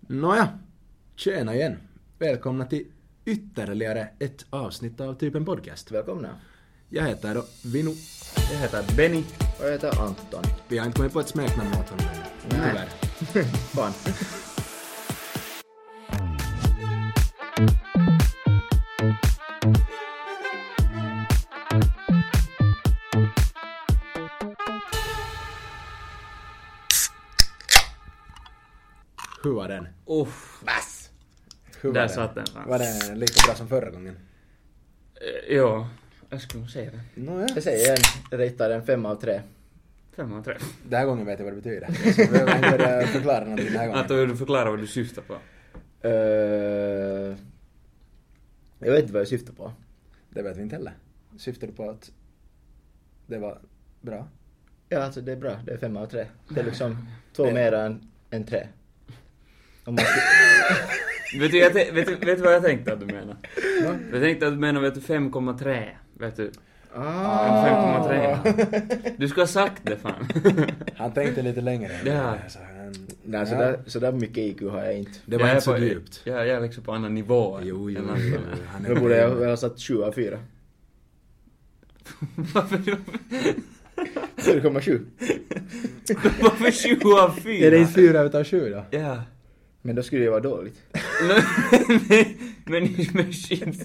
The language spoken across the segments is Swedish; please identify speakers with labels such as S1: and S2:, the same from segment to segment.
S1: Nåja, tjena igen. Välkomna till ytterligare ett avsnitt av Typen Podcast.
S2: Välkomna.
S1: Jag heter då Vinu.
S2: Jag heter Benny. Och jag heter Anton.
S1: Vi har inte kommit på ett smeknamn åt honom ännu.
S2: Nej.
S1: Tyvärr.
S2: Fan.
S1: Hur var den?
S3: Uff, vass.
S1: Hur var
S3: Där
S1: den?
S3: satt den fan.
S1: Var den lika bra som förra gången?
S3: Eh, Ja, jag skulle nog säga det.
S1: Nåja.
S2: Jag säger en, jag ritar en fem av tre.
S3: Fem av tre.
S1: Den här gången vet jag vad det betyder. Så jag behöver inte börja förklara någonting den här gången.
S3: Anton, du förklarar vad du syftar på.
S2: Eh, jag vet inte vad jag syftar på.
S1: Det vet vi inte heller. Syftar du på att det var bra?
S2: Ja, alltså det är bra. Det är fem av tre. Det är liksom två mera än, än tre. Om man skulle-
S3: Vet du, jag te- vet, du, vet du vad jag tänkte att du menar?
S1: Nå?
S3: Jag tänkte att du menar vet du, 5,3. Vet du? En
S2: Ah.
S3: 5,3. Du ska ha sagt det fan.
S1: Han tänkte lite längre.
S3: Ja.
S1: Så han,
S2: Nej, så
S1: Ja.
S2: där, så där mycket IQ har jag inte.
S1: Det Alltså, var
S3: Jag är
S1: inte så
S3: på-
S1: djupt.
S3: Jag, jag är liksom på annan nivå. än-
S1: Jo, jo,
S3: än
S1: jo.
S3: Anton.
S1: jo, han
S2: Nu
S1: är-
S2: borde jag väl ha satt sju av fyra.
S3: Varför,
S2: 4,7.
S3: varför 20 av 4?
S1: Är det inte fyra utav sju då?
S3: Ja.
S2: Men då skulle det ju vara dåligt.
S3: Men, men, men inte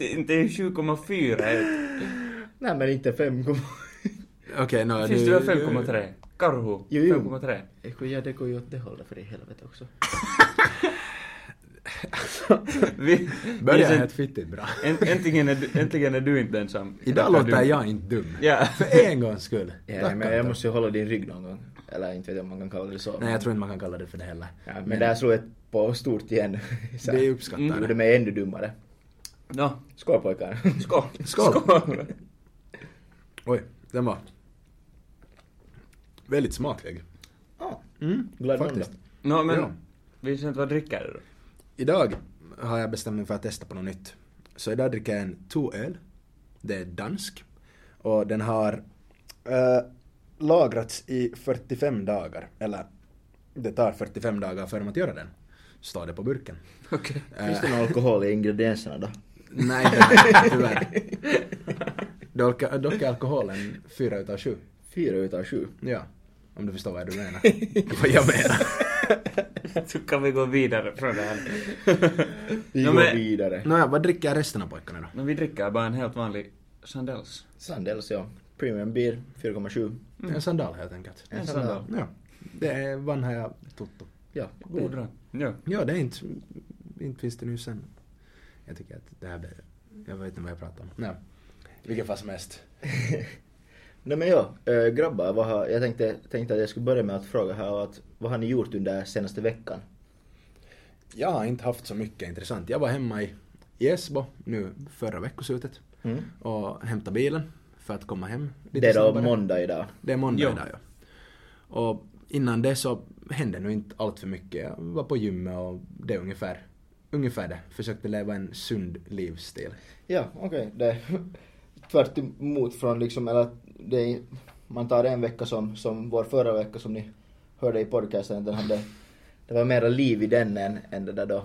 S3: inte 7,4. är-
S2: Nej, men inte 5,
S1: Okej, nå,
S3: Finns det väl 5,3? Karhu?
S2: Jo, jo.
S3: 5,3.
S2: Ja, det går ju åt det hållet för i helvete också.
S3: Vi, vi
S1: Börjar
S3: sen-
S1: helt fittigt bra.
S3: Änt- Äntligen är, du, äntligen är du inte ensam.
S1: Idag
S3: Eller du-
S1: låter jag inte dum.
S3: Ja.
S1: För en gångs skull.
S2: Ja,
S1: Tack,
S2: men jag
S1: Anton.
S2: måste ju hålla din rygg någon gång. Eller inte vet jag om man kan kalla det så.
S1: Nej, jag tror inte man kan kalla det för det heller.
S2: ja, men, där slog jag på stort igen. Så Mm.
S1: Det är
S2: här. gjorde
S1: uppskattat.
S2: mig ännu dummare.
S3: Ja,
S2: Skål pojkar.
S3: skål.
S1: Skål. Eh. Oj, den var väldigt smaklig.
S2: Ja,
S1: Mm,
S2: Glad
S1: faktiskt.
S2: måndag.
S3: Nå men,
S1: Ja.
S3: Vincent vad dricker du då?
S1: Idag har jag bestämt mig för att testa på något nytt. Så idag dricker jag en toöl. Det är dansk. Och den har eh, lagrats i 45 dagar. Eller, det tar 45 dagar för dem att göra den. Står det på burken. Eh,
S3: Okej.
S2: Finns det någon alkohol i ingredienserna då?
S1: Nej, tyvärr. Dock, dock är alkoholen fyra utav sju.
S2: Fyra utav sju.
S1: Ja, om du förstår vad du menar. vad jag menar.
S3: Så kan vi gå vidare från det här.
S2: Vi
S3: Ja,
S2: går
S3: men-
S2: vidare.
S1: Nåja, vad dricker resten av pojkarna då?
S3: Men vi dricker bara en helt vanlig Sandels.
S2: Sandels ja. Premium beer 4,7.
S1: En sandal helt enkelt.
S3: En Sandel.
S1: Ja, det är vann jag tutto.
S2: Ja,
S3: God
S2: god.
S3: dag. Ja.
S1: Ja, det är inte, inte finns det nu sen. Jag tycker att det här blir, jag vet inte vad jag pratar om. Nej. Vilken fast mest.
S2: Nej men ja, äh, grabbar, vad har, jag tänkte, tänkte att jag skulle börja med att fråga här att vad har ni gjort under senaste veckan?
S1: Jag har inte haft så mycket intressant. Jag var hemma i i Esbo nu förra veckoslutet
S2: Mm.
S1: och hämtade bilen för att komma hem. lite
S2: Det är då
S1: snabbare.
S2: måndag idag.
S1: Det är måndag
S3: Ja.
S1: idag ja. Och innan det så hände nog inte allt för mycket. Jag var på gymmet och det är ungefär, ungefär det. Försökte leva en sund livsstil.
S2: Ja, okej. Det är tvärt emot från liksom, eller det är, man tar en vecka som, som vår förra vecka som ni hörde i podcasten, den hade, det var mera liv i den än, än det där då,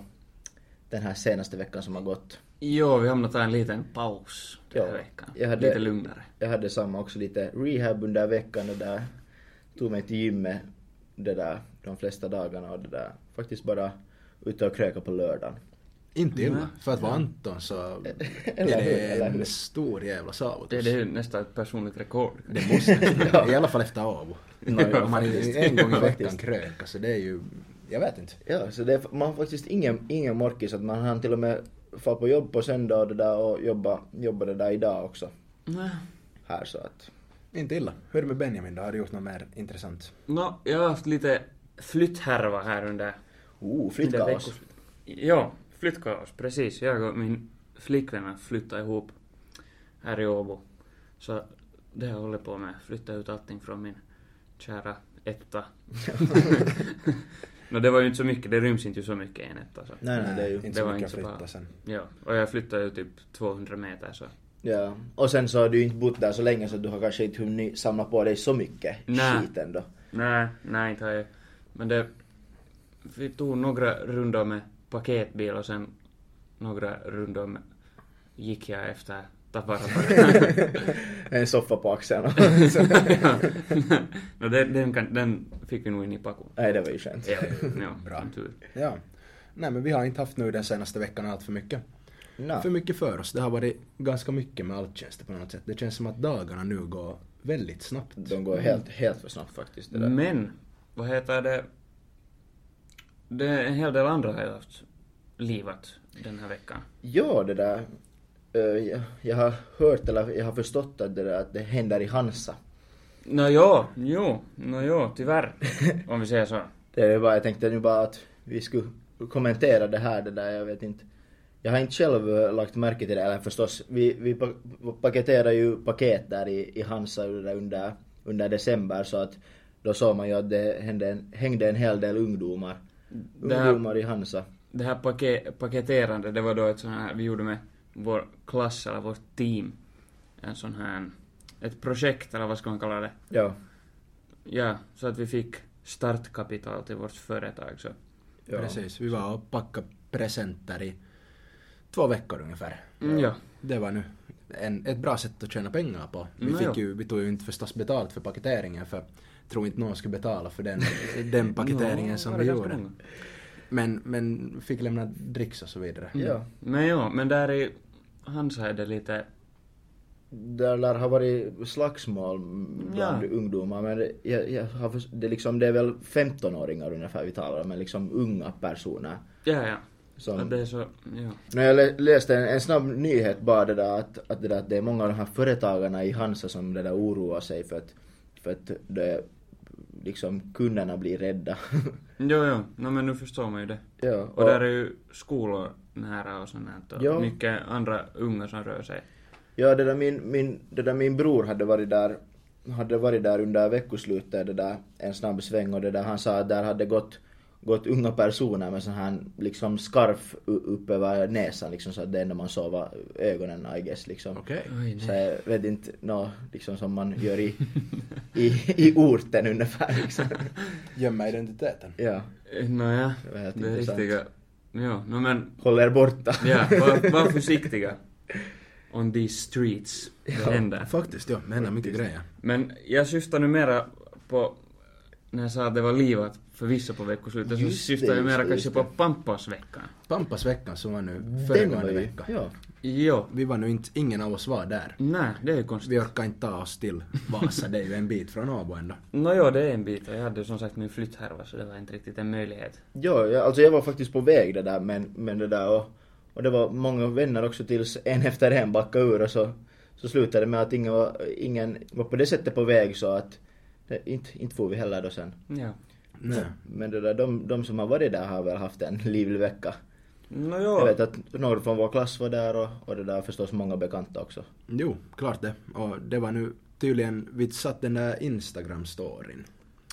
S2: den här senaste veckan som har gått.
S3: Jo, vi hamnade en liten paus den här
S2: Ja.
S3: veckan.
S2: Jag hade-
S3: Lite lugnare.
S2: Jag hade samma också lite rehab under veckan och där tog mig till gymmet det där de flesta dagarna och det där faktiskt bara ute och kröka på lördagen.
S1: Inte illa.
S3: Nej.
S1: För att vara Anton så är
S2: Eller hur,
S1: det
S2: eller hur?
S1: en stor jävla sabotus.
S3: Det, det är ju nästan ett personligt rekord.
S1: Det måste ja. I alla fall efter Avo.
S2: Nå, ja,
S1: Om man
S2: faktiskt.
S1: en gång i veckan
S2: Ja, faktiskt.
S1: krök, alltså det är ju... Jag vet inte.
S2: Ja, så det, man har faktiskt ingen, ingen morkis att man hann till och med få på jobb på söndag och det där och jobba, jobba det där idag också.
S3: Nej.
S2: Här så att.
S1: Inte illa. Hur är det med Benjamin då? Har du gjort något mer intressant?
S3: Nå, jag har haft lite flytthärva här under
S2: Oh,
S3: Under
S2: flyttkalas.
S3: veckoslut. Ja, flyttkalas, precis. Jag och min flickvän har flyttat ihop här i Åbo. Så det har jag hållit på med, flytta ut allting från min kära etta. Nå det var ju inte så mycket, det ryms inte ju så mycket i en etta. Så.
S2: Nej, nej, det är ju.
S1: Inte så
S3: det var
S1: mycket att
S3: inte så bra.
S1: flytta sen.
S3: Ja, och jag flyttade ju typ 200 meter så.
S2: Ja. Och sen så har du ju inte bott där så länge så du har kanske inte hunnit samla på dig så mycket
S3: Nej.
S2: skit ändå.
S3: Nej, nej inte har jag. Men det vi tog några rundor med paketbil och sen några rundor med, gick jag efter tavarvara.
S2: en soffa på axeln.
S3: no, den, den, kan, den fick vi nog in i Paku.
S2: Nej, det var ju skönt.
S3: Ja, ja,
S1: Bra.
S3: en Tur.
S1: Ja. Nej men vi har inte haft nu den senaste veckan allt för mycket.
S2: Nå.
S1: För mycket för oss. Det har varit ganska mycket med allt känns det på något sätt. Det känns som att dagarna nu går väldigt snabbt.
S2: De går helt, helt för snabbt faktiskt. Det där.
S3: Men, vad heter det? det är en hel del andra har jag haft livat den här veckan.
S2: Ja, det där. eh, jag- Jag har hört eller jag har förstått att det, där, att det händer i Hansa.
S3: Nå jo, jo, nå jo, tyvärr. Om vi säger så.
S2: Det är bara, jag tänkte nu bara att vi skulle kommentera det här, det där, jag vet inte. Jag har inte själv eh, lagt märke till det, eller förstås, vi, vi pa- paketerar ju paket där i, i Hansa det där under, under december så att då såg man ju att det hände en, hängde en hel del ungdomar.
S3: Det här-
S2: Ungdomar i Hansa.
S3: Det här pake- paketerande, det var då ett sån här, vi gjorde med vår klass eller vårt team. En sån här, ett projekt eller vad ska man kalla det?
S2: Ja.
S3: Ja, så att vi fick startkapital till vårt företag så.
S2: ja.
S1: Precis, vi var och packade presenter i två veckor ungefär.
S3: Mm, ja.
S1: Det var nu en, ett bra sätt att tjäna pengar på. Vi,
S3: Nå
S1: fick
S3: jo.
S1: ju, vi tog ju inte förstås betalt för paketeringen för jag tror inte någon skulle betala för den, den paketeringen
S3: Nå,
S1: som
S3: var
S1: vi
S3: det ganska
S1: gjorde.
S3: många?
S1: Men, men fick lämna dricks och så vidare.
S2: Mm. Ja.
S3: Men jo, men där i Hansa är det lite
S2: Där lär ha varit slagsmål bland
S3: Ja.
S2: ungdomar men jag, jag har, förs- det, är liksom, det är väl 15-åringar ungefär vi talar om, men liksom unga personer.
S3: Ja, ja.
S2: Som-
S3: Att det är så, ja.
S2: När jag lä- läste en, en snabb nyhet bara det där att, att, det där att det är många av de här företagarna i Hansa som det där oroar sig för att, för att det, liksom kunderna blir rädda.
S3: Jo, jo. No, men nu förstår man ju det.
S2: ja,
S3: Och, där är ju skolor nära och sånt här. Och
S2: Ja.
S3: mycket andra unga som rör sig.
S2: Ja, det där min, min, det där min bror hade varit där, hade varit där under veckoslutet, det där, en snabb sväng och det där, han sa att där hade gått, gått unga personer med sån här liksom skarf u- upp över näsan liksom så att det enda man såg var ögonen I guess liksom.
S1: Okej.
S3: Oj,
S2: Så jag vet inte, nå liksom som man gör i, i, i orten ungefär liksom.
S1: Gömma identiteten.
S2: Ja,
S3: Nåja,
S2: Det var helt
S3: Eh, det är
S2: intressant.
S3: riktiga... Jo, no, men...
S2: håll er borta.
S3: Ja, var, var försiktiga. On these streets. Det händer.
S1: Faktiskt, ja. Det händer mycket grejer.
S3: Men jag syftar nu mera på... När jag sa att det var livat förvisso på veckoslutet så
S2: Just det,
S3: syftar jag
S2: just
S3: mera
S2: det,
S3: kanske
S2: just det.
S3: på Pampasveckan.
S1: Pampasveckan som var nu
S2: Den var
S1: föregående
S2: ju,
S1: vecka.
S2: ja.
S3: Jo.
S1: Vi var nu inte, ingen av oss var där.
S3: Nej, det är ju konstigt.
S1: Vi orkar inte ta oss till Vasa, det är ju en bit från Åbo ändå.
S3: Nåjo, det är en bit och jag hade ju som sagt min flytthärva så det var inte riktigt en möjlighet.
S2: Ja, jag, alltså jag var faktiskt på väg det där men, men det där och, och det var många vänner också tills en efter en backade ur och så, så slutade det med att ingen var, ingen var på det sättet på väg så att det, inte, inte får vi heller då sen.
S3: Ja.
S1: Nej.
S2: Men det där, de, de som har varit där har väl haft en livlig vecka.
S3: Nåjo.
S2: Jag vet att några från vår klass var där och, och det där förstås många bekanta också.
S1: Jo, klart det. Och det var nu tydligen, vi satt den där Instagram-storyn.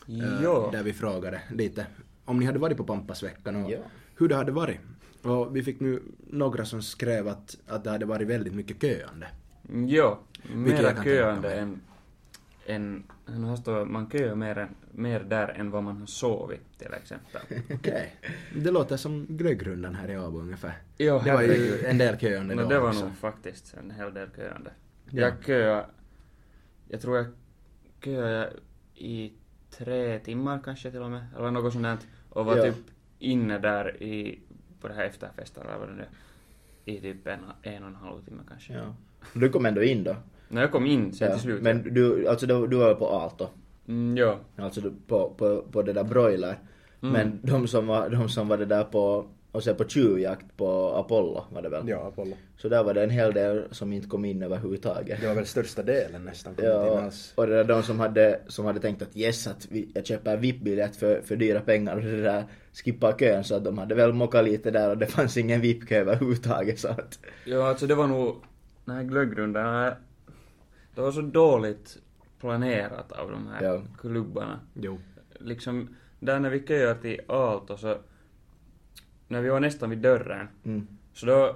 S1: eh,
S3: Jo.
S1: Där vi frågade lite om ni hade varit på Pampasveckan och
S2: Ja.
S1: hur det hade varit. Och vi fick nu några som skrev att, att det hade varit väldigt mycket köande.
S3: Jo.
S1: Vilket jag
S3: Mera
S1: kan
S3: köande
S1: tänka
S3: än... än nu här står man köar mer, än, mer där än vad man har sovit till exempel.
S1: Okej. Det låter som glöggrundan här i Åbo ungefär.
S3: Jo,
S1: det var ju
S3: herregud.
S1: en del köande
S3: Men
S1: då
S3: det var
S1: också.
S3: nog faktiskt en hel del köande.
S1: Ja.
S3: Jag köade... Jag tror jag köade i tre timmar kanske till och med, eller något sånt där. Och var
S2: Ja.
S3: typ inne där i, på det här efterfesten eller vad det nu är, i typ en, en och en halv timme kanske.
S2: Ja. Du kom ändå in då.
S3: När jag kom in sen
S2: Ja.
S3: till slut.
S2: Men du, alltså du, du var väl på Aalto?
S3: Mm, ja.
S2: Alltså du- på, på, på det där broiler.
S3: Mm.
S2: Men de som, var, de som var det där på, och se på tjuvjakt på Apollo var det väl?
S1: Ja, Apollo.
S2: Så där var det en hel del som inte kom in överhuvudtaget.
S1: Det var väl största delen nästan. kom inte in
S2: Ja,
S1: alls.
S2: och det där de som hade, som hade tänkt att yes, att vi, jag köper VIP-biljett för, för dyra pengar och det där skippa kön så att de hade väl mockat lite där och det fanns ingen VIP-kö överhuvudtaget så att
S3: Ja, alltså det var nog... Den här glöggrundan, den här- det var så dåligt planerat av de här
S2: Ja.
S3: klubbarna.
S1: Jo.
S3: Liksom, där när vi köade till Aalto så... När vi var nästan vid dörren,
S2: mm.
S3: så då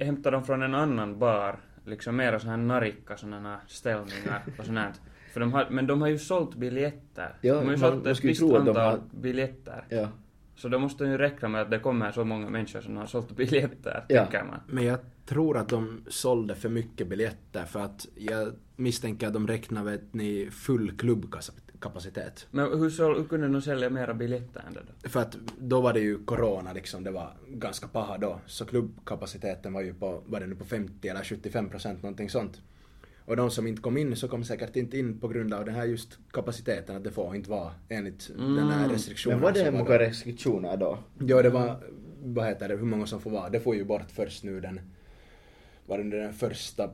S3: hämtade de från en annan bar, liksom mera såna här narikka såna här ställningar och sånt här. För de har, men de har ju sålt biljetter.
S2: Ja,
S3: de har ju
S2: man-
S3: sålt
S2: man
S3: ett
S2: skulle
S3: visst
S2: tro att de
S3: antal
S2: har-
S3: biljetter.
S2: Ja.
S3: Så det måste ju räcka med att det kommer så många människor som har sålt biljetter,
S2: Ja.
S3: tycker man.
S1: Men jag tror att de sålde för mycket biljetter för att jag misstänker att de räknar vet ni, full klubbkapacitet.
S3: Men hur, så, hur kunde de sälja mera biljetter än det då?
S1: För att då var det ju corona liksom, det var ganska paha då. Så klubbkapaciteten var ju på, var det nu på 50 eller 75 procent någonting sånt. Och de som inte kom in så kom säkert inte in på grund av den här just kapaciteten att det får inte vara enligt den här
S3: Mm.
S1: restriktionen.
S2: Men var det
S1: som
S2: många restriktioner då?
S1: Ja, det var, vad heter det, hur många som får vara. Det får ju bort först nu den, var det nu den första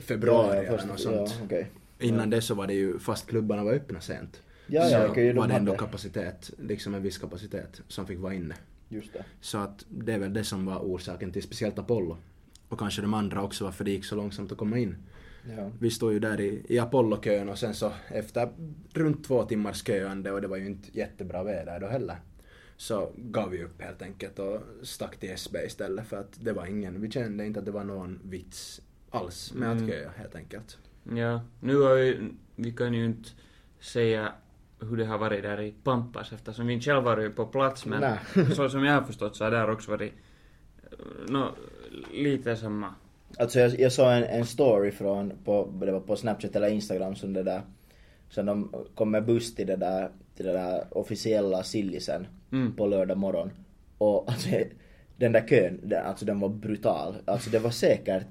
S1: februari
S2: Ja, först-
S1: eller något sånt.
S2: Ja, okej.
S1: Innan det så var det ju, fast klubbarna var öppna sent,
S2: Ja,
S1: så
S2: ja, okej, de
S1: var det ändå
S2: hade-
S1: kapacitet, liksom en viss kapacitet som fick vara inne.
S2: Just det.
S1: Så att det är väl det som var orsaken till speciellt Apollo. Och kanske de andra också varför det gick så långsamt att komma in.
S2: Ja.
S1: Vi stod ju där i, i Apollo-kön och sen så efter runt två timmars köande och det var ju inte jättebra väder då heller. Så gav vi upp helt enkelt och stack till SB istället för att det var ingen, vi kände inte att det var någon vits alls med att
S3: Mm.
S1: köa helt enkelt.
S3: Ja, nu har ju, vi kan ju inte säga hur det har varit där i Pampas eftersom vi inte själva varit på plats men
S2: Nej.
S3: så som jag har förstått så har där också varit eh, nå lite samma.
S2: Alltså jag, jag såg en, en story från, på, det var på Snapchat eller Instagram som det där, som de kom med buss till det där, till det där officiella sillisen
S3: Mm.
S2: på lördag morgon. Och alltså den där kön, den, alltså den var brutal. Alltså det var säkert,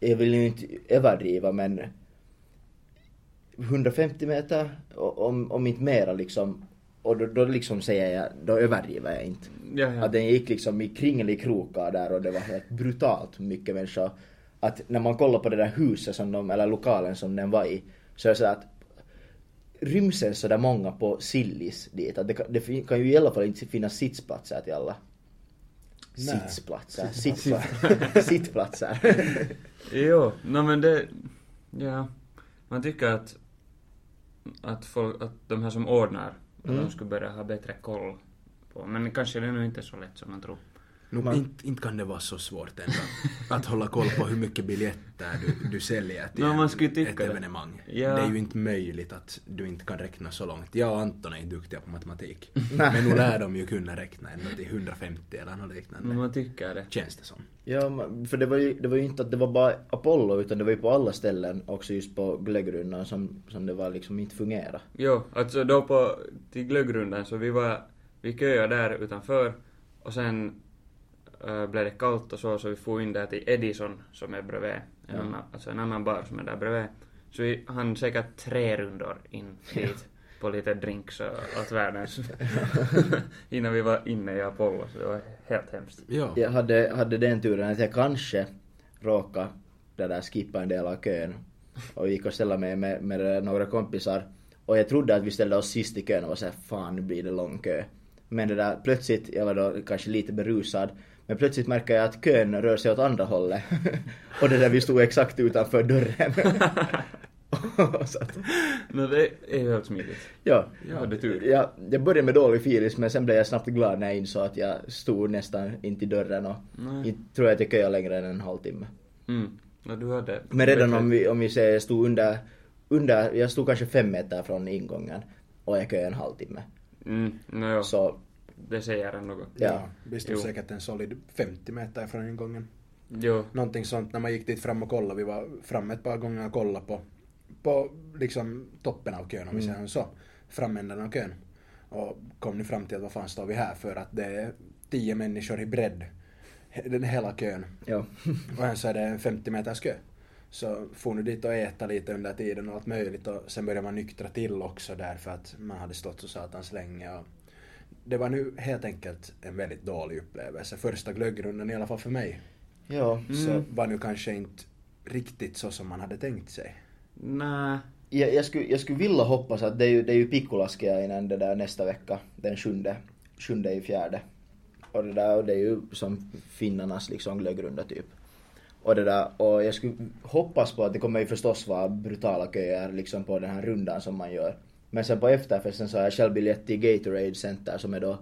S2: jag vill ju inte överdriva men 150 meter, o- om, om inte mera liksom. Och då, då liksom säger jag, då överdriver jag inte.
S3: Ja, ja.
S2: Att den gick liksom i kringelikrokar där och det var helt brutalt mycket människor. Att när man kollar på det där huset som de, eller lokalen som den var i, så är det så att ryms det sådär många på Sillis dit? Att det, kan, det fin- kan ju i alla fall inte finnas sittplatser till alla.
S1: Nej.
S2: Sittsplatser. Sittplatser. sittplatser.
S3: Jo, no, men det... Ja. Man tycker att, att, folk, att de här som ordnar, att
S2: Mm.
S3: de skulle börja ha bättre koll på. Men kanske det är nu inte är så lätt som man tror.
S1: Nu,
S2: Man-
S1: inte, inte kan det vara så svårt ändå att hålla koll på hur mycket biljetter du, du säljer till
S3: Nå,
S1: en-
S3: man skulle tycka
S1: ett
S3: det.
S1: evenemang.
S3: Ja.
S1: Det är ju inte möjligt att du inte kan räkna så långt. Jag och Anton är inte duktiga på matematik.
S2: Nej.
S1: Men nu lär de ju kunna räkna ändå till 150 eller något liknande.
S3: Men man tycker det.
S1: Känns det som.
S2: Ja, men- för det var, ju, det var ju inte att det var bara Apollo utan det var ju på alla ställen också just på glöggrundan som, som det var liksom inte fungerade.
S3: Jo, alltså då på, till glöggrundan så vi var, vi köade där utanför och sen äh, blev det kallt och så, så vi for in där till Edison som är bredvid, en
S2: Ja.
S3: annan, alltså en annan bar som är där bredvid. Så vi hann säkert tre rundor in dit på lite drinks och allt världens innan vi var inne i Apollo, så det var helt hemskt.
S1: Ja.
S2: Jag hade, hade den turen att jag kanske råkade det där skippa en del av kön och gick och ställde mig med, med några kompisar och jag trodde att vi ställde oss sist i kön och var såhär fan nu blir det lång kö. Men det där plötsligt, jag var då kanske lite berusad, men plötsligt märker jag att kön rör sig åt andra hållet och det där vi stod exakt utanför dörren. Och så att-
S3: Men det är ju helt smidigt.
S2: Ja.
S3: Jag hade tur.
S2: Jag, jag började med dålig filis men sen blev jag snabbt glad när jag insåg att jag stod nästan intill dörren och
S3: Nej.
S2: inte tror jag att jag köade längre än en halvtimme.
S3: Mm. Ja, du hade...
S2: Men redan
S3: bättre-
S2: om vi, om vi säger jag stod under, under, jag stod kanske fem meter från ingången och jag köade en halvtimme.
S3: Mm, nåjo,
S2: Så
S3: det säger en något.
S2: Ja.
S1: Vi stod
S3: Jo.
S1: säkert en solid 50 meter från ingången.
S3: Jo.
S1: Någonting sånt när man gick dit fram och kollade. Vi var framme ett par gånger och kollade på, på liksom toppen av kön om vi säger så. Framändan av kön. Och kom ni fram till att vad fan står vi här för att det är tio människor i bredd. he- Den hela kön.
S2: ja.
S1: Och sen så är det en 50 meters kö. Så får nu dit och äta lite under tiden och allt möjligt och sen börjar man nyktra till också därför att man hade stått så satans länge. Och det var nu helt enkelt en väldigt dålig upplevelse. Första glöggrundan i alla fall för mig.
S2: ja.
S1: Så
S3: Mm.
S1: var nu kanske inte riktigt så som man hade tänkt sig.
S3: Nej.
S2: Jag, jag, skulle, jag skulle vilja hoppas att det är ju, det är ju Pikkulaskia innan det där nästa vecka, den sjunde, sjunde i fjärde. Och det där, och det är ju som finnarnas liksom glöggrunda typ. Och det där, och jag skulle hoppas på att det kommer ju förstås vara brutala köer liksom på den här rundan som man gör. Men sen på efterfesten så har jag själv biljett till Gatorade Center som är då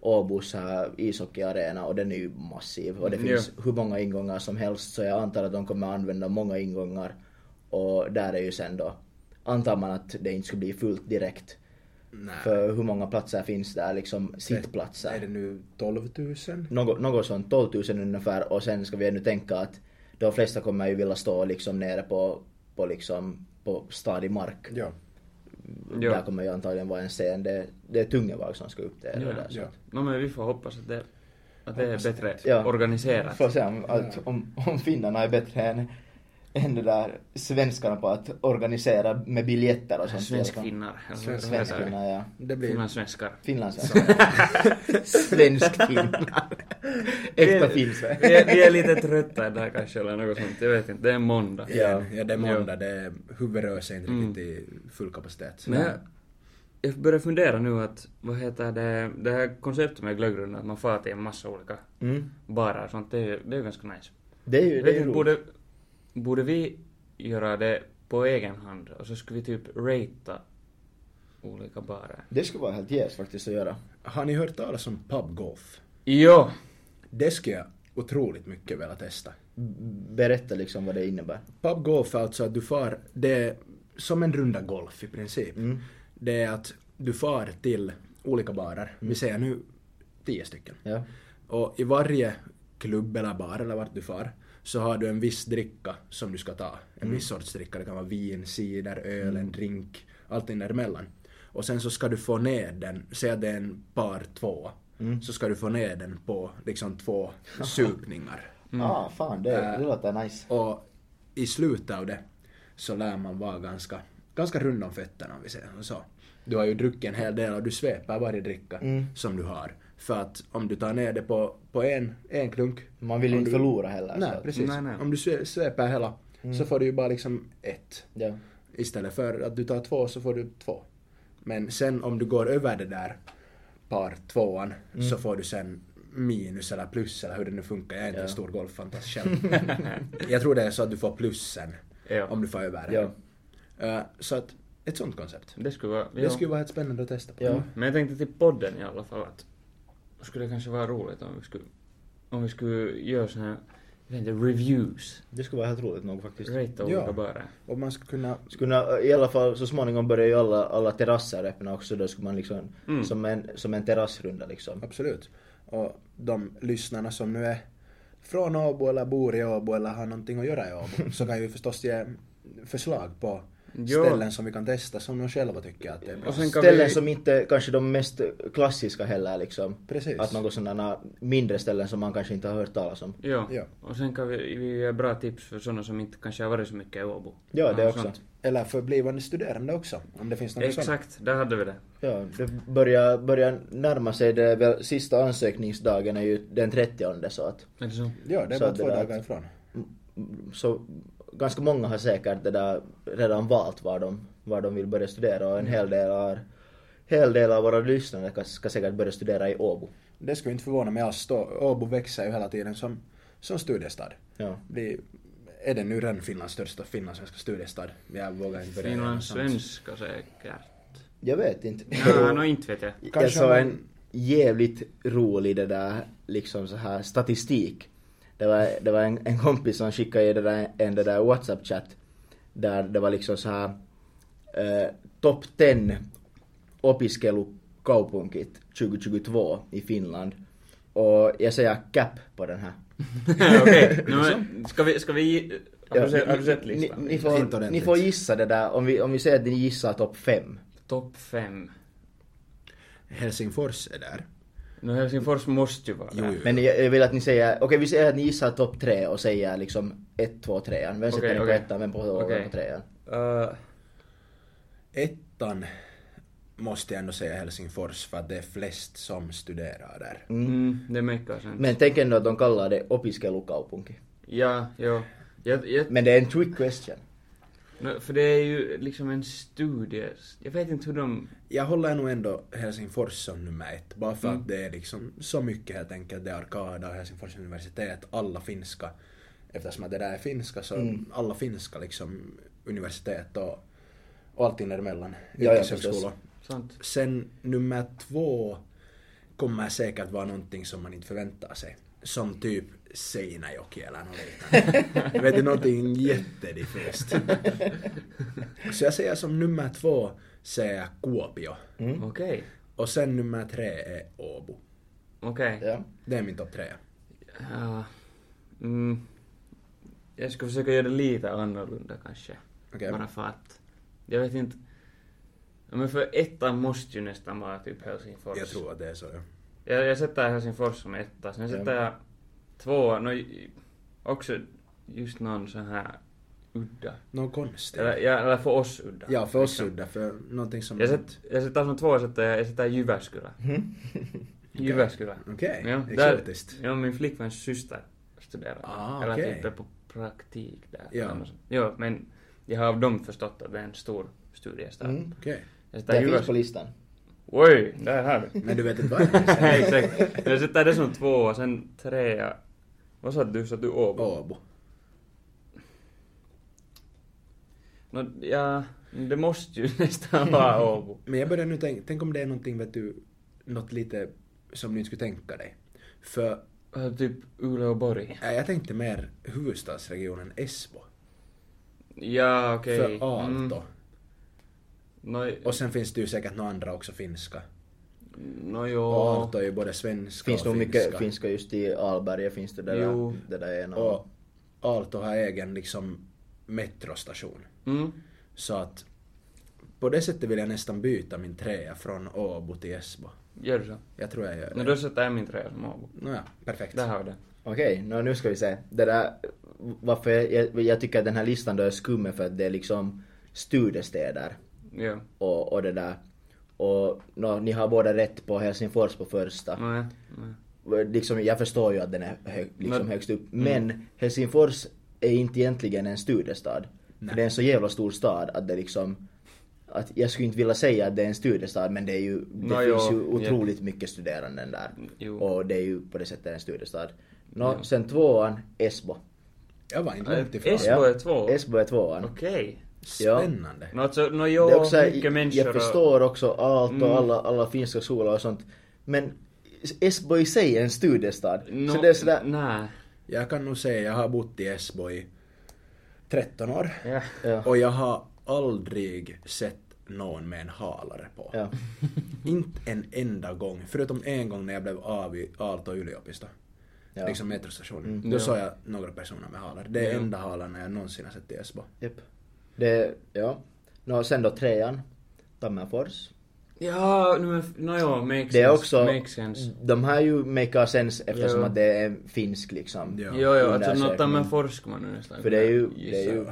S2: Åbos här ishockeyarena och den är ju massiv och det
S3: Mm,
S2: finns hur många ingångar som helst så jag antar att de kommer använda många ingångar och där är ju sen då antar man att det inte skulle bli fullt direkt
S1: Nej.
S2: För hur många platser finns där liksom? Sittplatser.
S1: Är det nu 12 000?
S2: något, något sånt, 12 000 ungefär och sen ska vi ännu tänka att de flesta kommer ju vilja stå liksom nere på, på liksom på stadig mark.
S1: Ja.
S3: Ja.
S2: Där kommer ju antagligen vara en scen. Det, det är Tungevag som ska upp där.
S3: Ja,
S2: och där så.
S1: ja.
S3: No, men vi får hoppas att det, att det är
S1: Hoppas
S3: bättre
S2: Ja.
S3: organiserat.
S2: Får se om, att, om, om finnarna är bättre än, än de där svenskarna på att organisera med biljetter och sånt.
S3: Svenskfinnar. eller vad heter det?
S2: Svenskfinnar, ja.
S1: Det blir...
S3: Finlandssvenskar.
S2: Finlandssvenskar. Svenskfinnar. Äkta finnsvenskar.
S3: Vi är, vi är lite trötta idag kanske eller något sånt. Jag vet inte, det är måndag.
S1: Ja, ja, det är måndag,
S3: Ja.
S1: det är, huvudet rör sig inte
S3: Mm.
S1: riktigt i full kapacitet.
S3: Men jag, jag börjar fundera nu att, vad heter det, det här konceptet med glöggrundan, att man far till en massa olika
S2: Mm.
S3: barer och sånt, det är ju det är ju ganska nice.
S2: Det är ju,
S3: Jag
S2: det är
S3: vet
S2: ju
S3: inte,
S2: roligt.
S3: borde, borde vi göra det på egen hand och så skulle vi typ ratea olika barer?
S2: Det skulle vara helt jäst faktiskt att göra.
S1: Har ni hört talas om pubgolf?
S3: Jo!
S1: Det skulle jag otroligt mycket vilja testa.
S2: Berätta liksom vad det innebär.
S1: Pubgolf är alltså att du far, det är som en runda golf i princip.
S2: Mm.
S1: Det är att du far till olika barer, vi säger nu tio stycken.
S2: Ja.
S1: Och i varje klubb eller bar eller vart du far så har du en viss dricka som du ska ta. En viss sorts dricka, det kan vara vin, cider, öl, en drink, allting däremellan. Och sen så ska du få ner den, säg att det är en par två, så ska du få ner den på liksom två supningar.
S2: Ah, fan, det,
S1: Äh.
S2: det låter nice.
S1: Och i slutet av det så lär man vara ganska, ganska rund om fötterna om vi säger som så. Du har ju druckit en hel del och du sveper varje dricka
S2: Mm.
S1: som du har. För att om du tar ner det på, på en, en klunk.
S2: Man vill ju
S1: om
S2: inte
S1: du-
S2: förlora heller. så
S1: Nej,
S2: att-
S1: precis. Mm.
S3: Nej, nej.
S1: Om du sve- sveper hela så får du ju bara liksom ett.
S2: Ja.
S1: Istället för att du tar två så får du två. Men sen om du går över det där par tvåan
S2: Mm.
S1: så får du sen minus eller plus eller hur det nu funkar. Jag är inte
S2: Ja.
S1: en stor golffantast själv. Jag tror det är så att du får plussen
S3: Ja.
S1: om du får över det.
S2: Ja.
S1: Eh, så att ett sånt koncept.
S3: Det skulle vara...
S1: Det
S3: jo.
S1: skulle vara helt spännande att testa.
S2: Ja.
S3: Men jag tänkte till podden i alla fall att skulle det kanske vara roligt om vi skulle, om vi skulle göra såna här, jag vet inte, reviews.
S2: Det skulle vara helt roligt nog faktiskt.
S3: Rata
S1: Ja.
S3: olika barer.
S1: Och man skulle kunna...
S2: Skulle kunna- i alla fall så småningom börjar ju alla, alla terrasser öppna också. Då skulle man liksom,
S3: Mm.
S2: som, en, som en terrassrunda liksom.
S1: Absolut. Och de lyssnarna som nu är från Åbo eller bor i Åbo eller har någonting att göra i Åbo så kan ju förstås ge förslag på
S3: Ja.
S1: ställen som vi kan testa som de själva tycker att det är bra.
S3: Och sen kan
S2: Ställen
S3: vi,
S2: som inte kanske de mest klassiska heller liksom.
S1: Precis.
S2: Att något sådana mindre ställen som man kanske inte har hört talas om.
S3: Ja.
S1: Ja.
S3: Och sen kan vi, vi ge bra tips för sådana som inte kanske har varit så mycket i Åbo.
S2: Ja, det
S3: Ja,
S2: också.
S3: sant.
S1: Eller för blivande studerande också, om det finns något sånt.
S3: Exakt, där hade vi det.
S2: Ja, det börjar, börjar närma sig det väl, sista ansökningsdagen är ju den 30 så att
S3: Eller så.
S1: Ja, det är
S2: Så
S1: bara
S2: det
S1: två
S2: där-
S1: dagar ifrån.
S2: så ganska många har säkert det där redan valt var de, var de vill börja studera och en hel del, har, hel del av våra lyssnare ska, ska säkert börja studera i Åbo.
S1: Det skulle inte förvåna mig alls då. Åbo växer ju hela tiden som, som studiestad.
S2: Ja.
S1: Blir, är det nu redan Finlands största finlandssvenska studiestad? Jag vågar inte börja göra något sånt.
S3: Finlandssvenska säkert.
S2: Jag vet inte.
S3: Ja, no, inte vet jag.
S2: jag
S1: Kanske
S2: såg
S1: man-
S2: en jävligt rolig det där, liksom så här statistik. Det var, det var en, en kompis som skickade i det där, en det där WhatsApp-chatt där det var liksom så här eh, top 10 opiskelukaupunkit 2022 i Finland. Och jag säger cap på den här.
S3: Okej, no, men ska vi, ska vi, ge- har du
S2: Ja,
S3: sett, har du sett
S2: ni-
S3: listan?
S2: Ni, ni,
S1: Inte
S2: får, ni
S1: ordentligt.
S2: får gissa det där, om vi, om vi säger att ni gissar topp 5.
S3: Topp fem.
S1: Helsingfors är där.
S3: No Helsingfors måste ju vara
S1: Jo,
S3: där.
S1: jo.
S2: Men jag, jag vill att ni säger, okej vi säger att ni gissar topp tre och säger liksom 1, 2, 3. Vem sätter
S3: Okej,
S2: ni på
S3: okej.
S2: ettan, vem på tvåan,
S3: Okej.
S2: vem på trean?
S3: Uh,
S1: Ettan måste jag ändå säga Helsingfors för att det är flest som studerar där.
S3: mm, det märker sen.
S2: Men tänk ändå att de kallar det opiskelukaupunki.
S3: Ja, jo. Jag, jag,
S2: Men det är en trick question.
S3: no, för det är ju liksom en studie. Jag vet inte hur de...
S1: Jag håller nog ändå Helsingfors som nummer ett, bara för
S2: Mm.
S1: att det är liksom så mycket helt enkelt. Det är Arkada, Helsingfors universitet, alla finska. Eftersom att det där är finska så
S2: Mm.
S1: alla finska liksom universitet och, och allting däremellan.
S2: Ja, ja,
S1: Yrkeshögskolor.
S3: Sant.
S1: Sen nummer två kommer säkert vara någonting som man inte förväntar sig. Som typ Seinäjoki eller något liknande. Vet du, någonting jättediffust. Så jag säger som nummer två C. Kuopio.
S2: Mm.
S3: Okej.
S1: Och sen nummer tre är Åbo.
S3: Okej.
S2: Ja.
S1: Det är min topp tre.
S3: Ja. Mm. Jag ska försöka göra det lite annorlunda kanske.
S1: Okej.
S3: Bara för att... Jag vet inte. Ja, Men för ettan måste ju nästan vara typ Helsingfors.
S1: Jag tror att det är så. Ja.
S3: Jag, jag sätter Helsingfors som etta, sen sätter jag två, no, i- också just någon sån här udda.
S1: Något konstigt.
S3: Eller, ja, eller för oss udda.
S1: Ja, för oss udda, för någonting som...
S3: Jag, sätt, jag sätter som två, sätter jag, jag sätter Jyväskylä.
S2: Mhm.
S3: Jyväskylä.
S1: Okej,
S3: Ja, där-
S1: exotiskt.
S3: Ja, min flickväns syster studerar
S1: Ah,
S3: Eller
S1: okej.
S3: typ är på praktik där.
S1: Ja.
S3: eller något sånt. ja, men jag har av dem förstått att det är en stor studiestad.
S2: Mm.
S1: Okej.
S3: Jag sätter
S2: Det finns på
S3: Jyväskylä.
S2: listan.
S3: Oj, där har du.
S1: Men du vet inte vad det
S3: Nej,
S1: är.
S3: exakt. Jag sätter det som tvåa, sen trea. Vad sa du? Sa du Åbo?
S1: Åbo.
S3: Nå, No, ja, det måste ju nästan vara Åbo.
S1: Men jag börjar nu tänka, tänk om det är någonting, vet du, något lite som du inte skulle tänka dig. För
S3: Äh, Typ Uleåborg.
S1: äh, jag tänkte mer huvudstadsregionen Esbo.
S3: Ja, Mm. okej.
S1: För Aalto.
S3: Nå,
S1: Och sen finns det ju säkert några andra också finska.
S3: nå jo.
S1: Och Aalto är ju både svenska
S2: Finns
S1: och
S2: nog mycket
S1: finska.
S2: finska just i Alberga finns det där,
S3: Jo.
S2: det där ena.
S1: Och Aalto har egen liksom metrostation.
S3: Mm.
S1: Så att på det sättet vill jag nästan byta min trea från Åbo till Esbo.
S3: Gör du så?
S1: Jag tror jag gör
S3: Nå
S1: det.
S3: då sätter jag min trea som Åbo.
S1: Nåja, perfekt.
S3: Där har vi det.
S2: Okej, nå, nu ska vi se. Det där, varför jag, jag, jag tycker att den här listan då är skum är för att det är liksom studiestäder
S3: Ja.
S2: och, och det där. Och nå, ni har båda rätt på Helsingfors på första.
S3: Nej, nej.
S2: Liksom, jag förstår ju att den är hö, liksom
S3: Men- Mm.
S2: högst upp. Men Helsingfors är inte egentligen en studiestad. För
S1: Nej.
S2: det är en så jävla stor stad att det liksom att jag skulle inte vilja säga att det är en studiestad men det, är ju, det
S3: Nå,
S2: finns
S3: ja,
S2: ju
S3: ja.
S2: otroligt mycket studeranden där.
S3: Jo.
S2: Och det är ju på det sättet en studiestad. Nå, sen tvåan, Esbo.
S1: Jag var inte
S3: Äh,
S1: långt ifrån.
S3: Esbo är tvåa?
S2: Esbo är tvåan.
S3: Okej.
S2: Ja.
S1: Spännande.
S3: Nå alltså, nå jo,
S2: det är också,
S3: mycket människor
S2: jag förstår också allt och
S3: Mm.
S2: alla, alla finska skolor och sånt. Men Esbo i sig är en studiestad.
S3: Nå,
S2: så det är sådär,
S3: Nej.
S1: Jag kan nog säga, jag har bott i Esbo i 13 år.
S3: Ja.
S2: Ja.
S1: Och jag har aldrig sett någon med en halare på.
S2: ja.
S1: Inte en enda gång, förutom en gång när jag blev av i Aalto yliopisto.
S2: Ja.
S1: Liksom metrostationen.
S2: Mm.
S1: Då
S3: Ja.
S1: såg jag några personer med halar. Det är
S3: Ja.
S1: enda halarna jag någonsin har sett i Esbo.
S2: Japp. Det, ja. Nå, sen då trean, Tammerfors.
S3: Ja, nu men, nå jo, no makes
S2: Det är
S3: sense.
S2: också,
S3: Makes sense.
S2: de här ju make sense eftersom
S3: Ja.
S2: att det är finsk liksom.
S1: Ja.
S3: Jo, jo, alltså
S2: Undersökning.
S3: nåt med forskar nu nästan.
S2: För det är ju, det
S3: Gissa.
S2: är ju,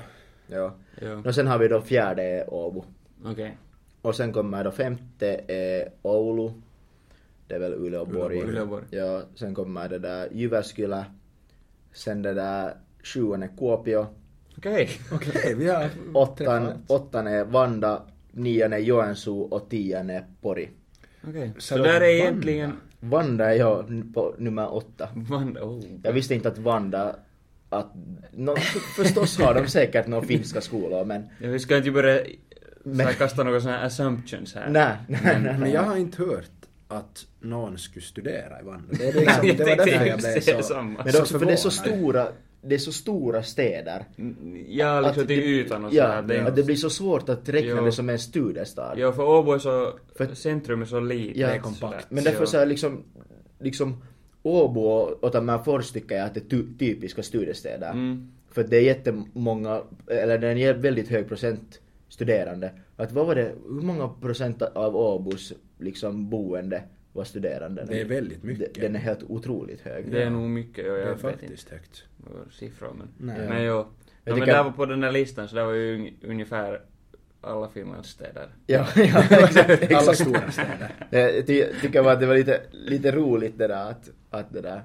S2: ja.
S3: Jo.
S2: Och sen har vi då fjärde är Åbo.
S3: Okej.
S2: Och sen kommer då femte är Oulu. Det är väl Uleåborg.
S1: Uleåborg.
S3: Uleåborg.
S2: Ja, sen kommer det där Jyväskylä. Sen det där sjuan är Kuopio.
S3: Okej.
S1: Okej, vi har
S2: Åttan, åttan Mm. är Vanda. Nian är Joensuu och tian är Pori.
S3: Okej. Så
S1: Så
S3: där är
S1: Vanda.
S3: egentligen...
S2: Vanda är jag n- på nummer åtta.
S3: Vanda. Oh.
S2: Jag visste inte att Vanda att, nå förstås har de säkert några finska skolor men
S3: Ja, vi ska inte börja eh, så här
S2: Men-
S3: kasta några sådana här assumptions här.
S2: nej, nej, nej.
S1: Men jag har inte hört att någon skulle studera i Vanda. Det, är
S2: Nej,
S1: liksom,
S3: jag
S1: det var
S3: tänkte
S1: därför jag
S3: just
S1: blev
S3: säga
S1: så,
S3: samma.
S2: Men det är
S1: så
S2: också för det är så
S1: förvånad.
S2: stora, det är så stora städer.
S3: Mm, Ja, liksom till ytan och
S2: ja,
S3: sådär. Det är
S2: att
S3: inte-
S2: det blir så svårt att räkna
S3: Jo.
S2: det som en studiestad.
S3: Ja, för Åbo är så...
S2: För-
S3: Centrum är så litet.
S2: Ja,
S1: det är kompakt.
S3: sådär.
S2: Men därför
S3: Ja.
S2: så här liksom, liksom Åbo och och Tammerfors tycker jag att det är ty- typiska studiestäder.
S3: Mm.
S2: För det är jättemånga, eller det är en jä- väldigt hög procent studerande. Att vad var det, hur många procent av Åbos liksom boende var studerande?
S1: Det är väldigt mycket.
S2: Den är helt otroligt hög.
S3: Det är nog mycket, ja,
S1: Det
S3: jag
S1: är
S3: vet inte
S1: faktiskt högt.
S3: några siffror men...
S1: Nej.
S3: Men jo. Ja, men
S2: tycker-
S3: där var på den där listan så där var ju un- ungefär alla Finlands städer.
S2: Ja, ja exakt.
S1: Alla
S2: exakt.
S1: stora städer.
S2: Jag ty- tycker bara att det var lite, lite roligt det där att, att det där.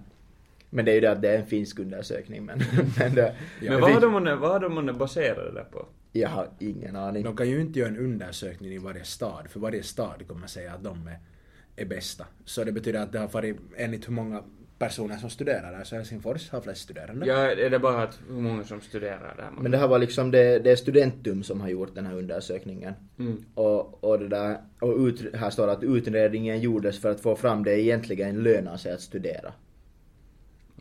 S2: Men det är ju det att det är en finsk undersökning men... men det,
S3: Men vad har de månne- vad har de månne baserat det där på?
S2: Jag har ingen aning.
S1: De kan ju inte göra en undersökning i varje stad, för varje stad kommer säga att de är, är bästa. Så det betyder att det har varit, enligt hur många personer som studerar där, så Helsingfors har flest studerande.
S3: Ja, är det bara att hur många som studerar där?
S2: Men det här var liksom det, det är Studentum som har gjort den här undersökningen.
S3: Mm.
S2: Och, och det där, och ut, här står det att utredningen gjordes för att få fram det egentligen lönar sig att studera.